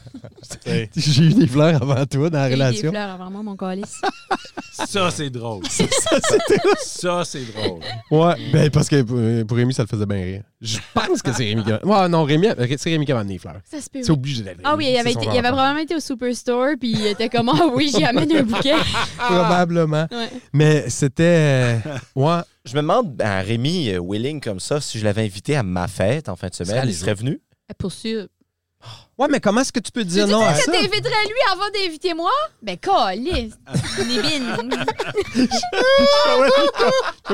[SPEAKER 1] Ouais.
[SPEAKER 4] J'ai eu des fleurs avant toi dans la
[SPEAKER 3] J'ai eu des
[SPEAKER 4] relation.
[SPEAKER 3] fleurs avant moi, mon
[SPEAKER 4] *laughs*
[SPEAKER 3] calice.
[SPEAKER 6] Ça, c'est drôle. Ça, c'est drôle.
[SPEAKER 4] Ouais, ben parce que pour, euh, pour Rémi, ça le faisait bien rire. Je pense que c'est Rémi qui a. Ouais, non, Rémi, euh, c'est Rémi qui m'a amené les fleurs.
[SPEAKER 3] Ça se peut.
[SPEAKER 4] C'est obligé d'être
[SPEAKER 3] Ah oui, il
[SPEAKER 4] C'est
[SPEAKER 3] avait,
[SPEAKER 4] son
[SPEAKER 3] été- il avait
[SPEAKER 4] rapport.
[SPEAKER 3] probablement été au Superstore, puis il était comme, ah oui, j'y amène un bouquet.
[SPEAKER 4] Probablement.
[SPEAKER 3] Ouais.
[SPEAKER 4] Mais c'était. euh, Ouais.
[SPEAKER 5] Je me demande à Rémi euh, Willing comme ça, si je l'avais invité à ma fête en fin de
[SPEAKER 4] Ça,
[SPEAKER 5] semaine, il
[SPEAKER 4] les
[SPEAKER 5] serait venu.
[SPEAKER 3] Pour sûr.
[SPEAKER 4] Ouais, mais comment est-ce que tu peux
[SPEAKER 3] Tu
[SPEAKER 4] dire
[SPEAKER 3] dis
[SPEAKER 4] non à
[SPEAKER 3] que
[SPEAKER 4] ça? *laughs*
[SPEAKER 3] t'inviterais lui avant d'inviter moi? Ben, calice. *laughs* Nébine.
[SPEAKER 4] Je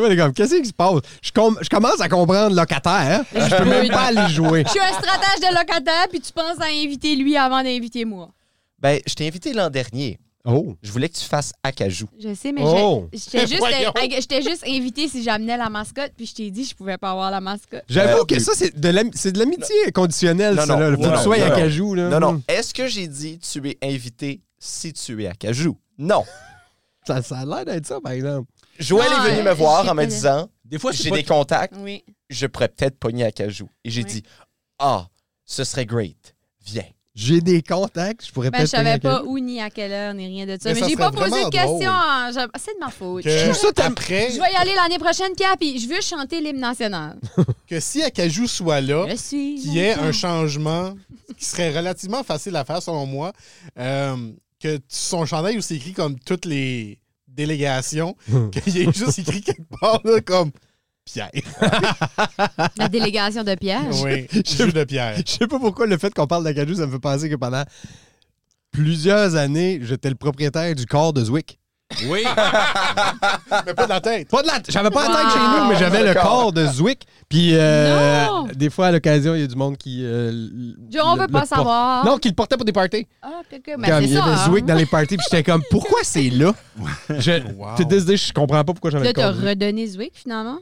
[SPEAKER 4] suis comme, qu'est-ce qui se passe? Je, com- je commence à comprendre locataire. hein. Je peux même pas aller
[SPEAKER 3] *laughs*
[SPEAKER 4] jouer.
[SPEAKER 3] Je suis un stratège de locataire, puis tu penses à inviter lui avant d'inviter moi.
[SPEAKER 5] Ben, je t'ai invité l'an dernier.
[SPEAKER 4] Oh.
[SPEAKER 5] Je voulais que tu fasses acajou.
[SPEAKER 3] Je sais, mais
[SPEAKER 4] Oh.
[SPEAKER 3] j'ai- j'étais juste,
[SPEAKER 1] Voyons.
[SPEAKER 3] j'étais juste invité si j'amenais la mascotte, puis je t'ai dit que je pouvais pas avoir la mascotte.
[SPEAKER 4] J'avoue
[SPEAKER 5] Euh,
[SPEAKER 4] que
[SPEAKER 5] oui.
[SPEAKER 4] ça, c'est de l'am- c'est de l'amitié conditionnelle,
[SPEAKER 5] Non,
[SPEAKER 4] ça,
[SPEAKER 5] non,
[SPEAKER 4] là. Le
[SPEAKER 5] non,
[SPEAKER 4] fait que tu
[SPEAKER 5] non,
[SPEAKER 4] sois
[SPEAKER 5] non,
[SPEAKER 4] à Cajou, là.
[SPEAKER 5] Non, non.
[SPEAKER 4] Hum,
[SPEAKER 5] Est-ce que j'ai dit tu es invité si tu es acajou? Non.
[SPEAKER 4] Ça, ça a l'air d'être ça, par exemple.
[SPEAKER 5] Joël
[SPEAKER 3] Non,
[SPEAKER 5] est venu
[SPEAKER 3] euh,
[SPEAKER 5] me voir
[SPEAKER 3] j'ai
[SPEAKER 5] en me
[SPEAKER 3] pas-
[SPEAKER 5] disant
[SPEAKER 6] Des fois, c'est
[SPEAKER 5] j'ai
[SPEAKER 6] pas
[SPEAKER 5] des contacts,
[SPEAKER 3] Oui.
[SPEAKER 5] je pourrais peut-être pogner acajou. Et j'ai
[SPEAKER 3] Oui.
[SPEAKER 5] dit ah, ce serait great. Viens.
[SPEAKER 4] J'ai des contacts, je pourrais
[SPEAKER 3] Ben, je
[SPEAKER 4] peut-être.
[SPEAKER 3] savais
[SPEAKER 4] pogner à
[SPEAKER 3] pas
[SPEAKER 4] Cajou.
[SPEAKER 3] où ni à quelle heure ni rien de ça.
[SPEAKER 1] Mais
[SPEAKER 3] Mais,
[SPEAKER 1] ça
[SPEAKER 3] j'ai
[SPEAKER 1] serait
[SPEAKER 3] pas posé
[SPEAKER 1] vraiment
[SPEAKER 3] de questions.
[SPEAKER 1] drôle.
[SPEAKER 3] hein. Je- C'est de ma faute.
[SPEAKER 1] Que-
[SPEAKER 4] trouve ça tellement-
[SPEAKER 1] après,
[SPEAKER 3] Je vais y aller l'année prochaine, Pierre, puis je veux chanter l'hymne national.
[SPEAKER 1] que si Acajou soit là,
[SPEAKER 3] Je suis.
[SPEAKER 1] qu'il y ait un changement qui serait relativement facile à faire, selon moi, euh, que t- son chandail où c'est écrit comme toutes les
[SPEAKER 4] *laughs*
[SPEAKER 1] délégations, qu'il y ait juste écrit quelque part, là, comme
[SPEAKER 3] *laughs*
[SPEAKER 1] Pierre.
[SPEAKER 3] La délégation de Pierre.
[SPEAKER 1] Oui, jus de Pierre.
[SPEAKER 4] *laughs* Je sais pas pourquoi le fait qu'on parle d'acajou, ça me fait penser que pendant plusieurs années, j'étais le propriétaire du corps de Zwick.
[SPEAKER 6] Oui,
[SPEAKER 1] Mais pas de la tête.
[SPEAKER 4] Pas de la J'avais pas la tête
[SPEAKER 3] Wow.
[SPEAKER 4] chez nous, mais j'avais le corps de Zwick. Puis euh,
[SPEAKER 3] Non.
[SPEAKER 4] des fois, à l'occasion, il y a du monde qui. euh, l-
[SPEAKER 3] Genre, on
[SPEAKER 4] le-
[SPEAKER 3] veut
[SPEAKER 4] le
[SPEAKER 3] pas
[SPEAKER 4] porte.
[SPEAKER 3] savoir.
[SPEAKER 4] Non, qui le portait pour des parties.
[SPEAKER 3] Ah, quelqu'un, mais
[SPEAKER 4] Comme
[SPEAKER 3] c'est
[SPEAKER 4] il y
[SPEAKER 3] ça.
[SPEAKER 4] avait
[SPEAKER 3] hein.
[SPEAKER 4] Zwick dans les parties, puis j'étais comme, pourquoi c'est *laughs* là? Je,
[SPEAKER 1] Wow.
[SPEAKER 4] T'es désolé, je comprends pas pourquoi j'avais
[SPEAKER 3] Là,
[SPEAKER 4] le
[SPEAKER 3] t'as
[SPEAKER 4] corps de Zwick.
[SPEAKER 3] redonné Zwick, finalement.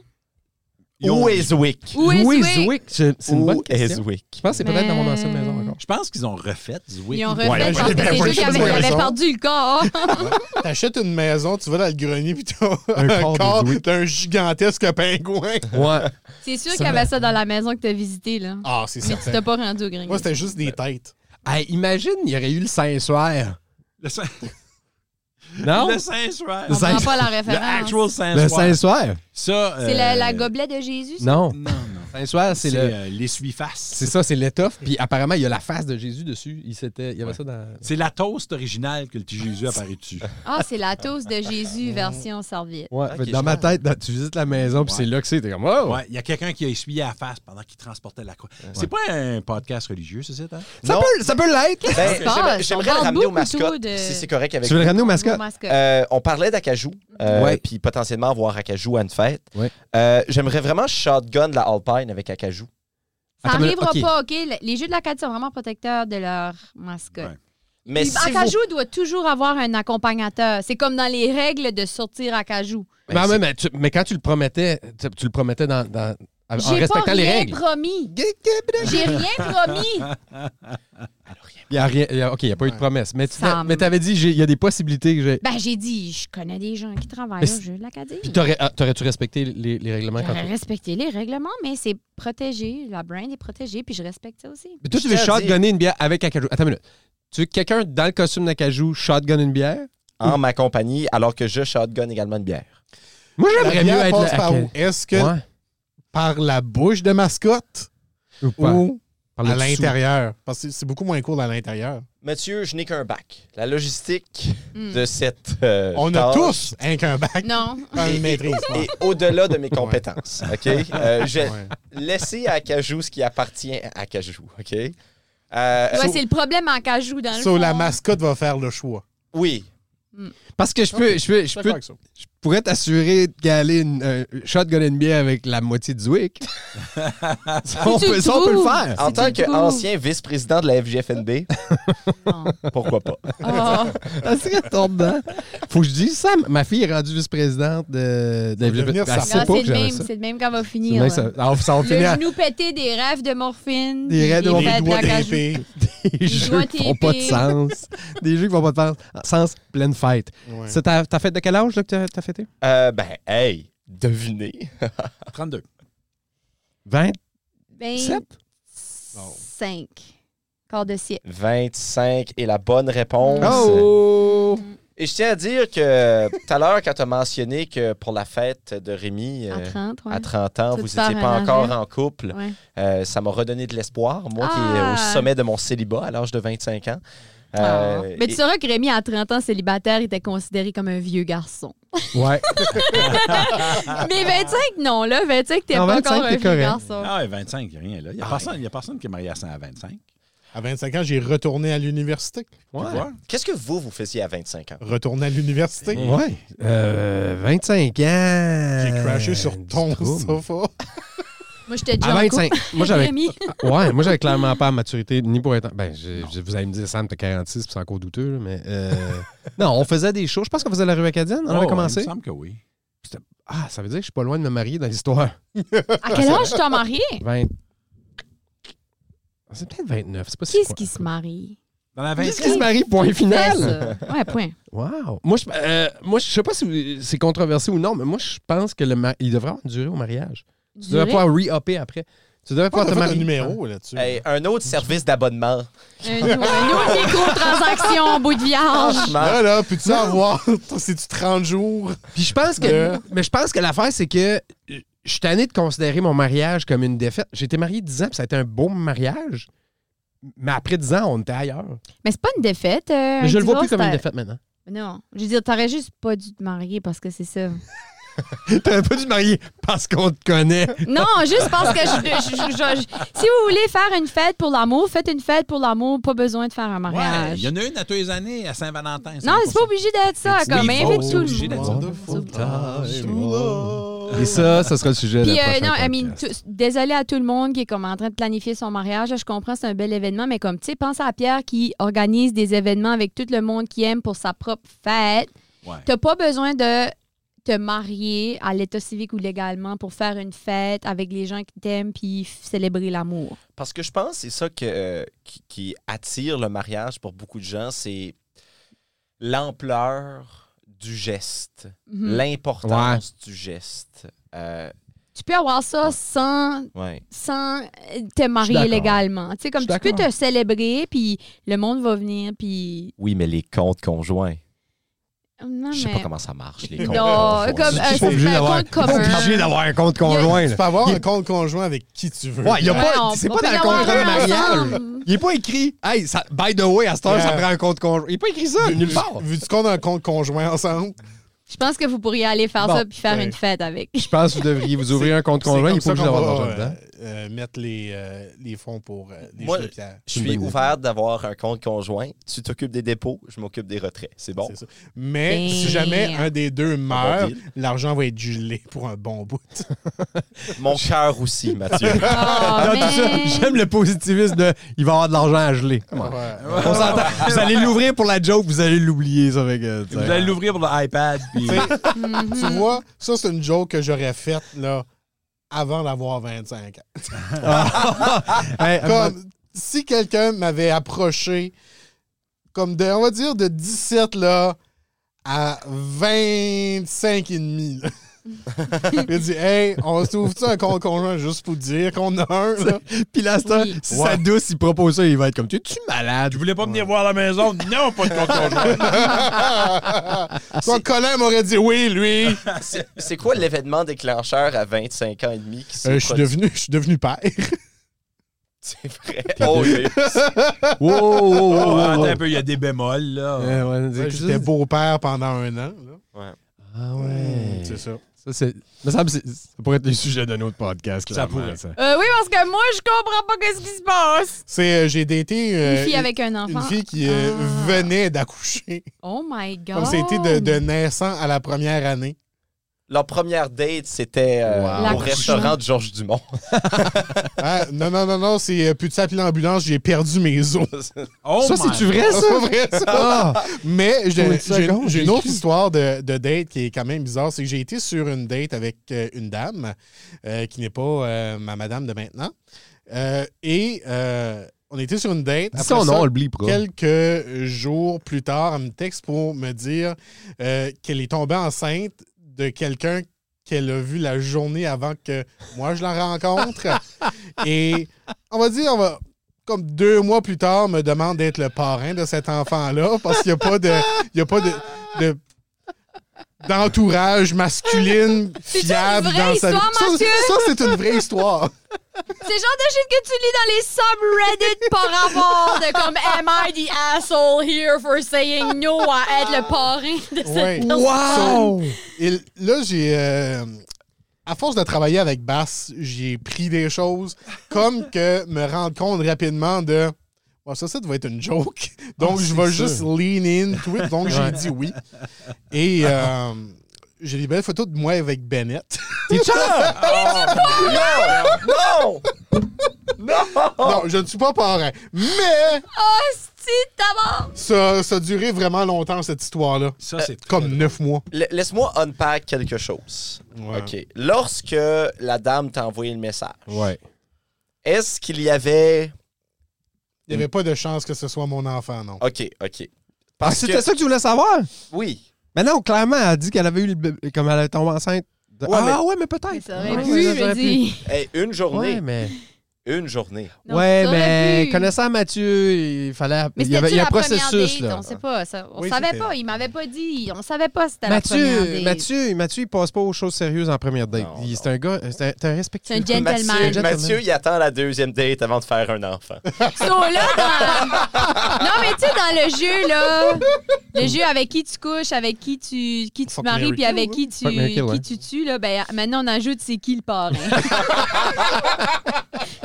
[SPEAKER 5] Où est Zwick?
[SPEAKER 3] Où est
[SPEAKER 4] Oui,
[SPEAKER 3] Zwick?
[SPEAKER 4] Zwick, c'est c'est une bonne
[SPEAKER 5] Où est
[SPEAKER 4] question.
[SPEAKER 5] Zwick?
[SPEAKER 4] Je pense que c'est peut-être dans mon ancienne
[SPEAKER 3] Mais-
[SPEAKER 4] maison encore.
[SPEAKER 6] je pense qu'ils ont refait Zwick.
[SPEAKER 3] Ils
[SPEAKER 1] Ouais,
[SPEAKER 3] ont
[SPEAKER 6] ben
[SPEAKER 3] refait, je pense
[SPEAKER 1] ouais,
[SPEAKER 3] que c'est
[SPEAKER 1] ouais,
[SPEAKER 3] ceux qui
[SPEAKER 1] ouais,
[SPEAKER 3] avaient
[SPEAKER 1] ouais,
[SPEAKER 3] qui avaient
[SPEAKER 1] ouais.
[SPEAKER 3] perdu le corps.
[SPEAKER 1] T'achètes une maison, tu vas dans le grenier, puis t'as
[SPEAKER 4] Un
[SPEAKER 1] un
[SPEAKER 4] corps de
[SPEAKER 1] corps
[SPEAKER 4] Zwick.
[SPEAKER 1] d'un gigantesque pingouin.
[SPEAKER 4] *laughs* Ouais.
[SPEAKER 3] C'est sûr qu'il y avait ça dans la maison que t'as visitée, là.
[SPEAKER 1] Ah, c'est
[SPEAKER 3] Mais tu
[SPEAKER 1] certain.
[SPEAKER 3] t'as pas rendu au grenier.
[SPEAKER 1] Moi, c'était juste des têtes.
[SPEAKER 4] Hey, imagine, il y aurait eu le Saint-Soir.
[SPEAKER 6] Le, Saint-
[SPEAKER 4] Non?
[SPEAKER 6] le Saint-Soir.
[SPEAKER 3] On
[SPEAKER 4] Saint-
[SPEAKER 3] prend pas la
[SPEAKER 6] Le
[SPEAKER 3] référence.
[SPEAKER 6] actual
[SPEAKER 4] Le
[SPEAKER 6] Saint-Soir.
[SPEAKER 4] Saint-Soir?
[SPEAKER 6] Ça,
[SPEAKER 3] C'est la,
[SPEAKER 6] euh,
[SPEAKER 3] la gobelet de Jésus? ça?
[SPEAKER 4] Non.
[SPEAKER 6] Non, non.
[SPEAKER 4] Saint-Soir, *laughs* c'est
[SPEAKER 6] C'est
[SPEAKER 4] le.
[SPEAKER 6] euh, l'essuie-face.
[SPEAKER 4] C'est ça, c'est l'étoffe. Puis apparemment, il y a la face de Jésus dessus. Il, s'était- il y avait
[SPEAKER 6] Ouais.
[SPEAKER 4] ça dans.
[SPEAKER 6] C'est la toast originale que le petit Jésus apparaît dessus.
[SPEAKER 3] Ah, c'est la toast de Jésus version serviette.
[SPEAKER 4] Ouais,
[SPEAKER 5] Ok,
[SPEAKER 4] fait que
[SPEAKER 5] je
[SPEAKER 4] dans ma
[SPEAKER 5] vois.
[SPEAKER 4] tête, dans- tu visites la maison, puis
[SPEAKER 6] Ouais.
[SPEAKER 4] c'est là que c'est. T'es comme, oh!
[SPEAKER 6] Ouais, il y a quelqu'un qui a essuyé la face pendant qu'il transportait la croix. C'est pas un podcast religieux, c'est ça,
[SPEAKER 3] *laughs*
[SPEAKER 6] hein?
[SPEAKER 4] Ça,
[SPEAKER 5] Non.
[SPEAKER 4] peut, ça peut l'être!
[SPEAKER 3] qui
[SPEAKER 5] Ben,
[SPEAKER 3] se passe?
[SPEAKER 5] j'aimerais-
[SPEAKER 3] On
[SPEAKER 5] J'aimerais
[SPEAKER 3] parle
[SPEAKER 5] le ramener aux
[SPEAKER 3] beaucoup
[SPEAKER 5] mascottes,
[SPEAKER 3] de-
[SPEAKER 5] si c'est correct avec
[SPEAKER 4] Tu veux le ramener au
[SPEAKER 3] Vos
[SPEAKER 4] mascotte?
[SPEAKER 3] mascottes.
[SPEAKER 5] Euh, on parlait d'Acajou, euh,
[SPEAKER 4] Ouais.
[SPEAKER 5] puis potentiellement voir Acajou à une fête.
[SPEAKER 4] Ouais.
[SPEAKER 5] Euh, J'aimerais vraiment shotgun la Alpine avec Acajou.
[SPEAKER 3] Ça
[SPEAKER 4] attends, mais-
[SPEAKER 3] n'arrivera
[SPEAKER 4] ok.
[SPEAKER 3] pas, OK? Le- Les jeux de la Acadie sont vraiment protecteurs de leur mascotte.
[SPEAKER 6] Ouais.
[SPEAKER 5] Mais
[SPEAKER 3] Puis
[SPEAKER 5] si
[SPEAKER 3] Acajou doit toujours avoir un accompagnateur. C'est comme dans les règles de sortir Acajou.
[SPEAKER 5] vous-
[SPEAKER 4] Ben,
[SPEAKER 5] Ben,
[SPEAKER 4] mais, mais tu- mais quand tu le promettais, tu, tu le promettais dans, dans- en
[SPEAKER 3] J'ai pas
[SPEAKER 4] respectant
[SPEAKER 3] rien
[SPEAKER 4] les règles.
[SPEAKER 3] promis. J'ai rien
[SPEAKER 4] *laughs*
[SPEAKER 3] promis.
[SPEAKER 4] Il y a rien, il y a- OK, il n'y a pas eu de
[SPEAKER 1] Ouais.
[SPEAKER 4] promesse. Mais tu
[SPEAKER 3] Ça me-
[SPEAKER 4] mais t'avais dit, j'ai- il y a des possibilités que j'ai.
[SPEAKER 3] Ben, j'ai dit, je connais des gens qui travaillent
[SPEAKER 4] Mais
[SPEAKER 3] au jeu de l'Acadie.
[SPEAKER 4] Puis t'aurais- ah, t'aurais-tu respecté les, les règlements quand
[SPEAKER 3] J'aurais respecté les règlements, mais c'est protégé. La brand est protégée, puis je respecte ça aussi.
[SPEAKER 4] Mais toi, tu
[SPEAKER 5] Je
[SPEAKER 4] veux
[SPEAKER 5] tiens à dire-
[SPEAKER 4] shotgunner une bière avec Acajou. Attends une minute. Tu veux que quelqu'un dans le costume d'Acajou shotgun une bière?
[SPEAKER 5] en ma compagnie, alors que je shotgun également une bière.
[SPEAKER 4] Moi,
[SPEAKER 1] La
[SPEAKER 4] j'aimerais mieux
[SPEAKER 1] bière
[SPEAKER 4] être
[SPEAKER 1] passe
[SPEAKER 4] là-
[SPEAKER 1] par
[SPEAKER 4] à-
[SPEAKER 1] où? Est-ce que
[SPEAKER 4] Ouais.
[SPEAKER 1] par la bouche de mascotte
[SPEAKER 4] Ou pas.
[SPEAKER 1] ou
[SPEAKER 4] Par le
[SPEAKER 1] à
[SPEAKER 4] dessous.
[SPEAKER 1] l'intérieur? Parce que c'est beaucoup moins court à l'intérieur.
[SPEAKER 5] Mathieu, je n'ai qu'un bac. La logistique
[SPEAKER 3] Hmm.
[SPEAKER 5] de cette. euh,
[SPEAKER 1] On a
[SPEAKER 5] tâche
[SPEAKER 1] tous un qu'un bac.
[SPEAKER 3] Non.
[SPEAKER 1] Ah, une maîtrise. ouais.
[SPEAKER 5] est au-delà de mes compétences. OK? Euh, je-
[SPEAKER 1] Ouais.
[SPEAKER 5] Laissez à Acajou ce qui appartient à Acajou. OK? Euh,
[SPEAKER 3] Ouais,
[SPEAKER 5] so-
[SPEAKER 3] c'est le problème en cajou dans le
[SPEAKER 1] So,
[SPEAKER 3] fond.
[SPEAKER 1] la mascotte va faire le choix.
[SPEAKER 5] oui.
[SPEAKER 4] Parce que je peux, je peux, je
[SPEAKER 1] Je
[SPEAKER 4] peux,
[SPEAKER 1] avec ça.
[SPEAKER 4] je pourrais t'assurer de galer une euh, shotgun une bière avec la moitié du Zwick.
[SPEAKER 3] *laughs*
[SPEAKER 4] ça, on
[SPEAKER 3] Si tu
[SPEAKER 4] peut,
[SPEAKER 3] le
[SPEAKER 4] ça, on peut le
[SPEAKER 3] trouves.
[SPEAKER 4] faire.
[SPEAKER 5] En
[SPEAKER 3] C'est
[SPEAKER 5] tant
[SPEAKER 3] du coup-
[SPEAKER 5] qu'ancien vice-président de la
[SPEAKER 3] *laughs*
[SPEAKER 5] FGFNB,
[SPEAKER 3] Non.
[SPEAKER 5] pourquoi pas?
[SPEAKER 4] *laughs*
[SPEAKER 3] Oh.
[SPEAKER 4] Ça serait tordant. Faut que je dise ça. Ma fille est rendue vice-présidente de, de
[SPEAKER 1] devenir
[SPEAKER 4] Elle
[SPEAKER 1] sa-
[SPEAKER 4] sait
[SPEAKER 3] Non,
[SPEAKER 4] pas
[SPEAKER 3] c'est
[SPEAKER 4] que
[SPEAKER 3] le
[SPEAKER 4] j'avais
[SPEAKER 3] même,
[SPEAKER 4] ça.
[SPEAKER 3] c'est le même qu'on va
[SPEAKER 4] C'est le
[SPEAKER 3] finir.
[SPEAKER 4] même,
[SPEAKER 3] là.
[SPEAKER 4] ça. Alors, ça on finit
[SPEAKER 3] Le
[SPEAKER 4] à
[SPEAKER 3] genou pété, des rêves de morphine,
[SPEAKER 4] Des rêves de
[SPEAKER 3] des
[SPEAKER 4] morphine.
[SPEAKER 1] Les
[SPEAKER 3] fêtes
[SPEAKER 1] doigts
[SPEAKER 3] d'acajou.
[SPEAKER 1] tapés.
[SPEAKER 4] *laughs* des jeux
[SPEAKER 3] doigts
[SPEAKER 4] qui font pas de
[SPEAKER 3] tapés.
[SPEAKER 4] sens. des jeux qui font pas de sens. Sens, pleine fête.
[SPEAKER 1] Ouais.
[SPEAKER 4] C'est ta, ta fête de quel âge là, que t'as- t'as fêté?
[SPEAKER 5] Euh, ben, hey, devinez.
[SPEAKER 6] 32.
[SPEAKER 4] 27?
[SPEAKER 3] Ben, cinq. Quart de siècle.
[SPEAKER 5] 25 est la bonne réponse.
[SPEAKER 4] Oh!
[SPEAKER 5] Et je tiens à dire que tout à l'heure, quand tu as mentionné que pour la fête de Rémi,
[SPEAKER 3] À
[SPEAKER 5] euh,
[SPEAKER 3] 30, ouais.
[SPEAKER 5] à 30 ans,
[SPEAKER 3] Tout
[SPEAKER 5] vous
[SPEAKER 3] part
[SPEAKER 5] n'étiez pas
[SPEAKER 3] en
[SPEAKER 5] encore
[SPEAKER 3] arrière.
[SPEAKER 5] en couple,
[SPEAKER 3] Ouais.
[SPEAKER 5] euh, ça m'a redonné de l'espoir. Moi qui est
[SPEAKER 3] Ah.
[SPEAKER 5] au sommet de mon célibat à l'âge de 25 ans.
[SPEAKER 3] Ah.
[SPEAKER 5] Euh,
[SPEAKER 3] Mais
[SPEAKER 5] et-
[SPEAKER 3] tu sauras que Rémi, à 30 ans, célibataire, était considéré comme un vieux garçon.
[SPEAKER 4] Ouais.
[SPEAKER 3] Mais 25, non, là. 25, t'es
[SPEAKER 4] Non,
[SPEAKER 3] pas
[SPEAKER 4] 25,
[SPEAKER 3] encore un
[SPEAKER 4] t'es
[SPEAKER 3] vieux
[SPEAKER 4] correct.
[SPEAKER 3] garçon.
[SPEAKER 6] Ah, ouais, 25, il n'y a rien là. Il
[SPEAKER 4] Ah,
[SPEAKER 6] n'y a, personne- il y a personne qui est marié à 100 à 25.
[SPEAKER 1] À 25 ans, j'ai retourné à l'université.
[SPEAKER 6] Tu
[SPEAKER 4] Ouais.
[SPEAKER 6] vois?
[SPEAKER 5] Qu'est-ce que vous, vous faisiez à 25 ans?
[SPEAKER 1] Retourné à l'université.
[SPEAKER 4] Ouais. Euh, 25 ans.
[SPEAKER 1] J'ai crashé sur
[SPEAKER 4] du
[SPEAKER 1] ton
[SPEAKER 4] trouble.
[SPEAKER 1] sofa.
[SPEAKER 3] Moi, j'étais déjà
[SPEAKER 4] À
[SPEAKER 3] en
[SPEAKER 4] 25.
[SPEAKER 3] couple.
[SPEAKER 4] Moi, j'avais.
[SPEAKER 3] *laughs* Rémi.
[SPEAKER 4] Ouais, moi, j'avais clairement pas la maturité, ni pour être. en- Ben, je- je- vous allez me dire, Sam, t'as 46, puis c'est encore douteux, là, mais. euh, non, on faisait des shows. Je pense qu'on faisait la rue acadienne. On
[SPEAKER 6] Oh,
[SPEAKER 4] avait
[SPEAKER 6] ouais,
[SPEAKER 4] commencé.
[SPEAKER 6] Il me semble que oui.
[SPEAKER 4] Ah, ça veut dire que je suis pas loin de me marier dans l'histoire.
[SPEAKER 3] À quel âge t'as marié?
[SPEAKER 4] 20. Ah, C'est peut-être 29. C'est pas si.
[SPEAKER 3] Qu'est-ce qui se marie?
[SPEAKER 6] Dans la
[SPEAKER 4] Qu'est-ce
[SPEAKER 6] 25.
[SPEAKER 4] qui se marie, point final?
[SPEAKER 3] Fait ça. Ouais, point.
[SPEAKER 4] Wow. Moi, je, euh, moi, je sais pas si vous- c'est controversé ou non, mais moi, je pense que le ma- il devrait avoir une durée au mariage. Tu devrais
[SPEAKER 3] Durée.
[SPEAKER 4] pouvoir re-upper après. Tu devrais
[SPEAKER 1] Pourquoi
[SPEAKER 4] pouvoir
[SPEAKER 1] t'as
[SPEAKER 4] te
[SPEAKER 1] fait un
[SPEAKER 4] marier.
[SPEAKER 1] numéro là-dessus?
[SPEAKER 5] Hey, un autre service d'abonnement.
[SPEAKER 3] Un autre- un autre micro-transaction *laughs* au bout de viage.
[SPEAKER 5] Franchement,
[SPEAKER 1] Là, là, peux-tu avoir? C'est-tu 30 jours?
[SPEAKER 4] Puis je pense que.
[SPEAKER 1] De-
[SPEAKER 4] Mais je pense que l'affaire, c'est que euh, je suis tanné de considérer mon mariage comme une défaite. J'ai été marié 10 ans, puis ça a été un beau mariage. Mais après 10 ans, on était ailleurs.
[SPEAKER 3] Mais c'est pas une défaite. euh,
[SPEAKER 7] Mais je
[SPEAKER 3] un
[SPEAKER 7] le vois plus
[SPEAKER 3] divorce,
[SPEAKER 7] comme une
[SPEAKER 3] t'as-
[SPEAKER 7] défaite
[SPEAKER 4] *laughs*
[SPEAKER 7] maintenant.
[SPEAKER 3] Non. Je veux dire, t'aurais juste pas dû te marier parce que c'est ça.
[SPEAKER 4] T'aurais pas dû te marier parce qu'on te connaît.
[SPEAKER 3] Non, juste parce que je, je- je- je- je- si vous voulez faire une fête pour l'amour, faites une fête pour l'amour, pas besoin de faire un
[SPEAKER 6] Ouais,
[SPEAKER 3] mariage.
[SPEAKER 6] il y en a une à tous les années à Saint-Valentin.
[SPEAKER 3] non, c'est pas obligé d'être ça.
[SPEAKER 6] Oui,
[SPEAKER 3] Comme
[SPEAKER 6] bon,
[SPEAKER 3] invite
[SPEAKER 6] c'est
[SPEAKER 3] tout
[SPEAKER 6] obligé
[SPEAKER 3] le
[SPEAKER 6] d'être
[SPEAKER 3] monde.
[SPEAKER 4] Et ça, ça sera le sujet de
[SPEAKER 3] Puis,
[SPEAKER 4] la
[SPEAKER 3] euh,
[SPEAKER 4] prochaine
[SPEAKER 3] non, I mean,
[SPEAKER 4] podcast.
[SPEAKER 3] tout- désolé à tout le monde qui est comme en train de planifier son mariage. Je comprends, c'est un bel événement, mais comme, tu sais, pense à Pierre qui organise des événements avec tout le monde qui aime pour sa propre fête.
[SPEAKER 6] Ouais.
[SPEAKER 3] T'as pas besoin de te marier à l'état civique ou légalement pour faire une fête avec les gens qui t'aiment puis f- célébrer l'amour.
[SPEAKER 5] Parce que je pense que c'est ça que, euh, qui, qui attire le mariage pour beaucoup de gens, c'est l'ampleur du geste,
[SPEAKER 3] Mhm.
[SPEAKER 5] l'importance du geste. Euh,
[SPEAKER 3] Tu peux avoir
[SPEAKER 4] Ah.
[SPEAKER 3] ça sans
[SPEAKER 5] ouais.
[SPEAKER 3] sans euh, te
[SPEAKER 7] Je
[SPEAKER 3] marier
[SPEAKER 7] suis d'accord.
[SPEAKER 3] légalement. Tu sais, comme
[SPEAKER 7] Je
[SPEAKER 3] tu
[SPEAKER 7] suis
[SPEAKER 3] peux
[SPEAKER 7] d'accord.
[SPEAKER 3] te célébrer, puis le monde va venir, puis...
[SPEAKER 5] Oui, mais les comptes conjoints,
[SPEAKER 3] Non,
[SPEAKER 5] je sais
[SPEAKER 3] mais...
[SPEAKER 5] pas comment ça marche, les comptes
[SPEAKER 3] Non,
[SPEAKER 5] conjoints.
[SPEAKER 3] comme
[SPEAKER 4] Je
[SPEAKER 3] euh,
[SPEAKER 4] suis
[SPEAKER 3] c'est
[SPEAKER 4] obligé
[SPEAKER 3] un
[SPEAKER 4] d'avoir-
[SPEAKER 3] compte commun.
[SPEAKER 4] Je suis obligé d'avoir un compte conjoint.
[SPEAKER 1] Tu
[SPEAKER 4] là.
[SPEAKER 1] peux avoir
[SPEAKER 4] Il-
[SPEAKER 1] un compte conjoint avec qui tu veux.
[SPEAKER 4] Ouais, il y a
[SPEAKER 3] Ouais,
[SPEAKER 4] pas,
[SPEAKER 3] on-
[SPEAKER 4] c'est
[SPEAKER 3] on
[SPEAKER 4] pas
[SPEAKER 3] peut
[SPEAKER 4] dans le
[SPEAKER 3] y avoir
[SPEAKER 4] contrat
[SPEAKER 3] un
[SPEAKER 4] de mariage.
[SPEAKER 3] ensemble.
[SPEAKER 4] Il n'est pas écrit, hey, ça, by the way, à cette heure, ça
[SPEAKER 3] Euh.
[SPEAKER 1] Yeah.
[SPEAKER 4] prend un compte conjoint. Il n'est pas écrit ça, nulle part.
[SPEAKER 1] Vu qu'on a un compte conjoint ensemble,
[SPEAKER 3] Je pense que vous pourriez aller faire
[SPEAKER 4] Bon,
[SPEAKER 3] ça puis faire
[SPEAKER 1] ouais.
[SPEAKER 3] une
[SPEAKER 4] *laughs*
[SPEAKER 3] fête avec.
[SPEAKER 4] Je pense que vous devriez vous ouvrir un compte
[SPEAKER 1] c'est
[SPEAKER 4] conjoint,
[SPEAKER 1] comme
[SPEAKER 4] il faut
[SPEAKER 1] ça
[SPEAKER 4] que
[SPEAKER 1] qu'on
[SPEAKER 4] j'aille
[SPEAKER 1] va
[SPEAKER 4] l'argent dedans.
[SPEAKER 1] euh, euh, mettre les, euh, les fonds pour euh, les
[SPEAKER 5] Moi,
[SPEAKER 1] jeux de pierre.
[SPEAKER 5] Je
[SPEAKER 4] C'est
[SPEAKER 5] suis
[SPEAKER 4] une bonne
[SPEAKER 5] ouvert d'avoir un compte conjoint. Tu t'occupes des dépôts, je m'occupe des retraits. C'est bon.
[SPEAKER 1] C'est ça. Mais
[SPEAKER 3] Damn.
[SPEAKER 1] si jamais un des deux meurt,
[SPEAKER 5] deal.
[SPEAKER 1] l'argent va être gelé pour un bon bout.
[SPEAKER 5] *laughs* Mon cœur aussi, *laughs* Mathieu.
[SPEAKER 3] Oh,
[SPEAKER 4] Ah, Non,
[SPEAKER 3] man.
[SPEAKER 4] tout ça, J'aime le positivisme de il va avoir de l'argent à geler. Come on.
[SPEAKER 1] Ouais.
[SPEAKER 4] On s'entend. Vous allez l'ouvrir pour la joke, vous allez l'oublier, ça. Avec, euh,
[SPEAKER 6] Vous allez l'ouvrir pour l'iPad. Puis... *laughs*
[SPEAKER 3] Mhm.
[SPEAKER 1] Tu vois, ça, c'est une joke que j'aurais faite là, avant d'avoir 25 ans.
[SPEAKER 4] Hey,
[SPEAKER 1] Comme si quelqu'un m'avait approché, comme de, on va dire, de 17 là, à 25 et demi. là. Il dit, hey, on s'ouvre-tu un compte conjoint juste pour dire qu'on a un? là?
[SPEAKER 4] Puis là, c'est un-
[SPEAKER 3] Oui.
[SPEAKER 4] si sa douce, il propose ça, il va être comme tu es-tu malade?
[SPEAKER 6] voulais pas venir voir la maison? Non,
[SPEAKER 4] *laughs*
[SPEAKER 6] pas de compte conjoint.
[SPEAKER 1] Toi, Colin m'aurait dit oui, lui.
[SPEAKER 5] C'est- C'est quoi l'événement déclencheur à 25 ans et demi qui s'est
[SPEAKER 1] Euh, je suis
[SPEAKER 5] produit?
[SPEAKER 1] devenu, je suis devenu père.
[SPEAKER 5] *laughs* C'est vrai. Oh, *laughs* oui.
[SPEAKER 4] Wow, wow, wow, wow,
[SPEAKER 6] Oh,
[SPEAKER 4] wow.
[SPEAKER 6] attends un peu, il y a des bémols, là.
[SPEAKER 4] Eh, ouais, c'est-
[SPEAKER 1] J'étais beau-père pendant un an. là.
[SPEAKER 4] Ah ouais.
[SPEAKER 1] C'est ça.
[SPEAKER 4] Ça, c'est. me semble que c'est- ça pourrait être le sujet d'un autre podcast.
[SPEAKER 6] Ça
[SPEAKER 4] clairement,
[SPEAKER 6] pourrait.
[SPEAKER 3] Euh, oui, parce que moi, je comprends pas qu'est-ce qui se passe.
[SPEAKER 1] C'est, euh, j'ai daté euh,
[SPEAKER 3] une fille avec un
[SPEAKER 1] une
[SPEAKER 3] enfant.
[SPEAKER 1] fille qui euh,
[SPEAKER 3] Ah.
[SPEAKER 1] venait
[SPEAKER 4] *laughs*
[SPEAKER 1] d'accoucher.
[SPEAKER 3] Oh my God.
[SPEAKER 1] Comme c'était de,
[SPEAKER 4] Oh.
[SPEAKER 1] de naissant à la première année.
[SPEAKER 5] Leur première date, c'était euh,
[SPEAKER 4] Wow.
[SPEAKER 5] au restaurant de
[SPEAKER 4] *laughs*
[SPEAKER 5] Georges Dumont.
[SPEAKER 1] Ah, non, non, non, non, c'est euh, plus de ça, puis l'ambulance, j'ai perdu mes os. *laughs*
[SPEAKER 6] Oh
[SPEAKER 4] ça,
[SPEAKER 6] my-
[SPEAKER 4] c'est-tu vrai, ça?
[SPEAKER 1] C'est vrai, ça?
[SPEAKER 4] Ah!
[SPEAKER 1] Mais
[SPEAKER 4] Pour une
[SPEAKER 1] j'ai j'ai-
[SPEAKER 4] seconde,
[SPEAKER 1] j'ai
[SPEAKER 4] j'ai
[SPEAKER 1] une autre
[SPEAKER 4] cru.
[SPEAKER 1] histoire de, de date qui est quand même bizarre. C'est que j'ai été sur une date avec euh, une dame euh, qui n'est pas euh, ma madame de maintenant. Euh, et euh, on était sur une date.
[SPEAKER 4] Dis
[SPEAKER 1] Après
[SPEAKER 4] son
[SPEAKER 1] ça,
[SPEAKER 4] nom, on le blie pas.
[SPEAKER 1] quelques jours plus tard, elle me texte pour me dire euh, qu'elle est tombée enceinte de quelqu'un qu'elle a vu la journée avant que moi je la rencontre. Et on va dire, on va, comme deux mois plus tard, me demande d'être le parrain de cet enfant-là parce qu'il n'y a pas de. Il y a pas de, de- d'entourage
[SPEAKER 3] *laughs*
[SPEAKER 1] masculine
[SPEAKER 3] C'est-tu une
[SPEAKER 1] fiable
[SPEAKER 3] vraie
[SPEAKER 1] dans sa vie.
[SPEAKER 3] histoire,
[SPEAKER 1] Ça,
[SPEAKER 3] Mathieu?
[SPEAKER 1] ça, c'est une vraie histoire.
[SPEAKER 3] C'est le genre de shit que tu lis dans les subreddits par rapport de comme Am I the asshole here for saying no à être le parrain de cette
[SPEAKER 1] Ouais.
[SPEAKER 4] Wow!
[SPEAKER 1] Et l- là, j'ai. euh, à force de travailler avec Bass, j'ai pris des
[SPEAKER 4] *laughs*
[SPEAKER 1] choses comme que me rendre compte rapidement de. Ouais, ça, ça doit être une joke. Donc,
[SPEAKER 4] Ah,
[SPEAKER 1] je
[SPEAKER 4] c'est
[SPEAKER 1] vais
[SPEAKER 4] sûr.
[SPEAKER 1] juste lean in to
[SPEAKER 4] *laughs*
[SPEAKER 1] it. Donc, j'ai dit oui. Et euh, j'ai des belles photos de moi avec Bennett.
[SPEAKER 4] Ah!
[SPEAKER 6] Ah!
[SPEAKER 5] *laughs* non!
[SPEAKER 4] Oh!
[SPEAKER 1] *laughs* Non, je ne suis pas parrain. Mais
[SPEAKER 3] hostie d'abord.
[SPEAKER 1] ça, ça a duré vraiment longtemps, cette histoire-là.
[SPEAKER 6] Ça, c'est
[SPEAKER 1] Comme neuf mois.
[SPEAKER 5] La- Laisse-moi unpack quelque chose.
[SPEAKER 1] Ouais.
[SPEAKER 5] OK. Lorsque la dame t'a envoyé le message,
[SPEAKER 4] Ouais.
[SPEAKER 5] est-ce qu'il y avait...
[SPEAKER 1] Il n'y avait pas de chance que ce soit mon enfant, non.
[SPEAKER 5] OK, OK.
[SPEAKER 4] Ah,
[SPEAKER 5] Parce
[SPEAKER 4] c'était
[SPEAKER 5] que...
[SPEAKER 4] ça que tu voulais savoir?
[SPEAKER 5] Oui.
[SPEAKER 4] Mais non, clairement, elle a dit qu'elle avait eu le bébé- comme elle avait tombé enceinte. de-
[SPEAKER 5] Ouais,
[SPEAKER 4] ah ouais, mais peut-être.
[SPEAKER 3] Ça aurait
[SPEAKER 4] Ouais,
[SPEAKER 3] pu,
[SPEAKER 4] ça
[SPEAKER 3] je
[SPEAKER 4] aurait
[SPEAKER 3] dis.
[SPEAKER 5] Hey, une journée.
[SPEAKER 4] Ouais, mais.
[SPEAKER 5] Une journée.
[SPEAKER 3] Non,
[SPEAKER 4] ouais,
[SPEAKER 3] ça aurait
[SPEAKER 4] mais
[SPEAKER 3] pu.
[SPEAKER 4] connaissant Mathieu, il fallait.
[SPEAKER 3] Mais
[SPEAKER 4] il y avait
[SPEAKER 3] c'était
[SPEAKER 4] il y a
[SPEAKER 3] la
[SPEAKER 4] un processus,
[SPEAKER 3] première date,
[SPEAKER 4] là.
[SPEAKER 3] on sait pas. ça- on
[SPEAKER 1] Oui,
[SPEAKER 3] savait
[SPEAKER 1] c'était-
[SPEAKER 3] pas, il m'avait pas dit. On savait pas si c'était la première
[SPEAKER 4] Mathieu,
[SPEAKER 3] date.
[SPEAKER 4] Mathieu, Mathieu, il passe pas aux choses sérieuses en première date.
[SPEAKER 5] Non,
[SPEAKER 4] Il- C'est un gars, c'est un, c'est un respectueux.
[SPEAKER 3] C'est un gen- Gentleman.
[SPEAKER 5] Mathieu,
[SPEAKER 4] Gentleman.
[SPEAKER 5] Mathieu, il attend la deuxième date avant de faire
[SPEAKER 4] *laughs*
[SPEAKER 5] un enfant.
[SPEAKER 3] So, là, dans- Non, mais tu sais, dans le jeu, là, le jeu avec qui tu couches, avec qui tu, qui tu te
[SPEAKER 1] Fuck,
[SPEAKER 3] maries,
[SPEAKER 1] Mary,
[SPEAKER 3] puis avec qui tu,
[SPEAKER 4] Fuck, Mary, kill, ouais.
[SPEAKER 3] qui tu tues, là, ben, maintenant, on a un jeu de c'est qui
[SPEAKER 4] *laughs*
[SPEAKER 3] le parrain.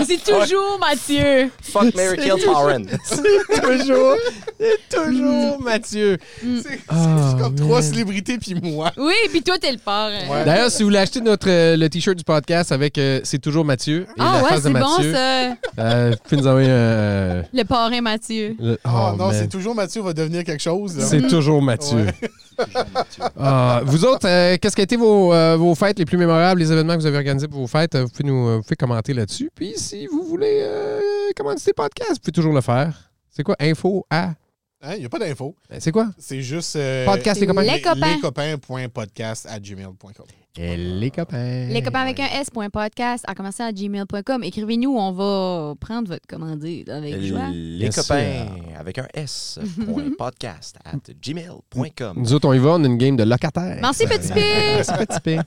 [SPEAKER 3] c'est toujours Mathieu.
[SPEAKER 5] Fuck Mary Kill Torrent.
[SPEAKER 4] C'est *laughs* toujours, c'est toujours
[SPEAKER 3] Mm.
[SPEAKER 4] Mathieu.
[SPEAKER 1] *laughs* C'est c'est
[SPEAKER 4] Ah,
[SPEAKER 1] comme trois
[SPEAKER 4] man.
[SPEAKER 1] célébrités puis moi.
[SPEAKER 3] Oui, puis toi, t'es le parrain.
[SPEAKER 1] Ouais.
[SPEAKER 4] D'ailleurs, si vous voulez acheter notre, euh, le t-shirt du podcast avec euh, C'est toujours Mathieu et
[SPEAKER 3] Ah
[SPEAKER 4] la
[SPEAKER 3] ouais,
[SPEAKER 4] face de
[SPEAKER 3] c'est bon,
[SPEAKER 4] Mathieu,
[SPEAKER 3] ça.
[SPEAKER 4] euh, vous pouvez nous envoyer euh,
[SPEAKER 3] Le parrain Mathieu.
[SPEAKER 4] le- oh,
[SPEAKER 1] Oh, non,
[SPEAKER 4] man.
[SPEAKER 1] c'est toujours Mathieu va devenir quelque chose. là.
[SPEAKER 4] C'est toujours Mathieu. *laughs* Ah, vous autres, euh, qu'est-ce qui a été vos, euh, vos fêtes les plus mémorables, les événements que vous avez organisés pour vos fêtes? Euh, Vous pouvez nous euh, vous pouvez commenter là-dessus. Puis si vous voulez euh, commenter le podcast, vous pouvez toujours le faire. C'est quoi? Info à...
[SPEAKER 1] Hein, Il n'y a pas d'info.
[SPEAKER 4] Ben, C'est quoi?
[SPEAKER 1] C'est juste. euh,
[SPEAKER 4] Podcast Ah, les copains.
[SPEAKER 3] Les copains.
[SPEAKER 1] Lescopains.podcast@gmail.com.
[SPEAKER 4] Et les copains.
[SPEAKER 3] Les copains avec un S.podcast à commencer à gmail.com. Écrivez-nous, on va prendre votre commandite avec joie.
[SPEAKER 5] Les
[SPEAKER 4] sûr.
[SPEAKER 5] copains avec un S.
[SPEAKER 4] Mm-hmm.
[SPEAKER 5] point podcast at gmail.com.
[SPEAKER 4] Nous autres, on y va, on a une game de locataire.
[SPEAKER 3] Merci, petit pire.
[SPEAKER 4] Merci, petit P.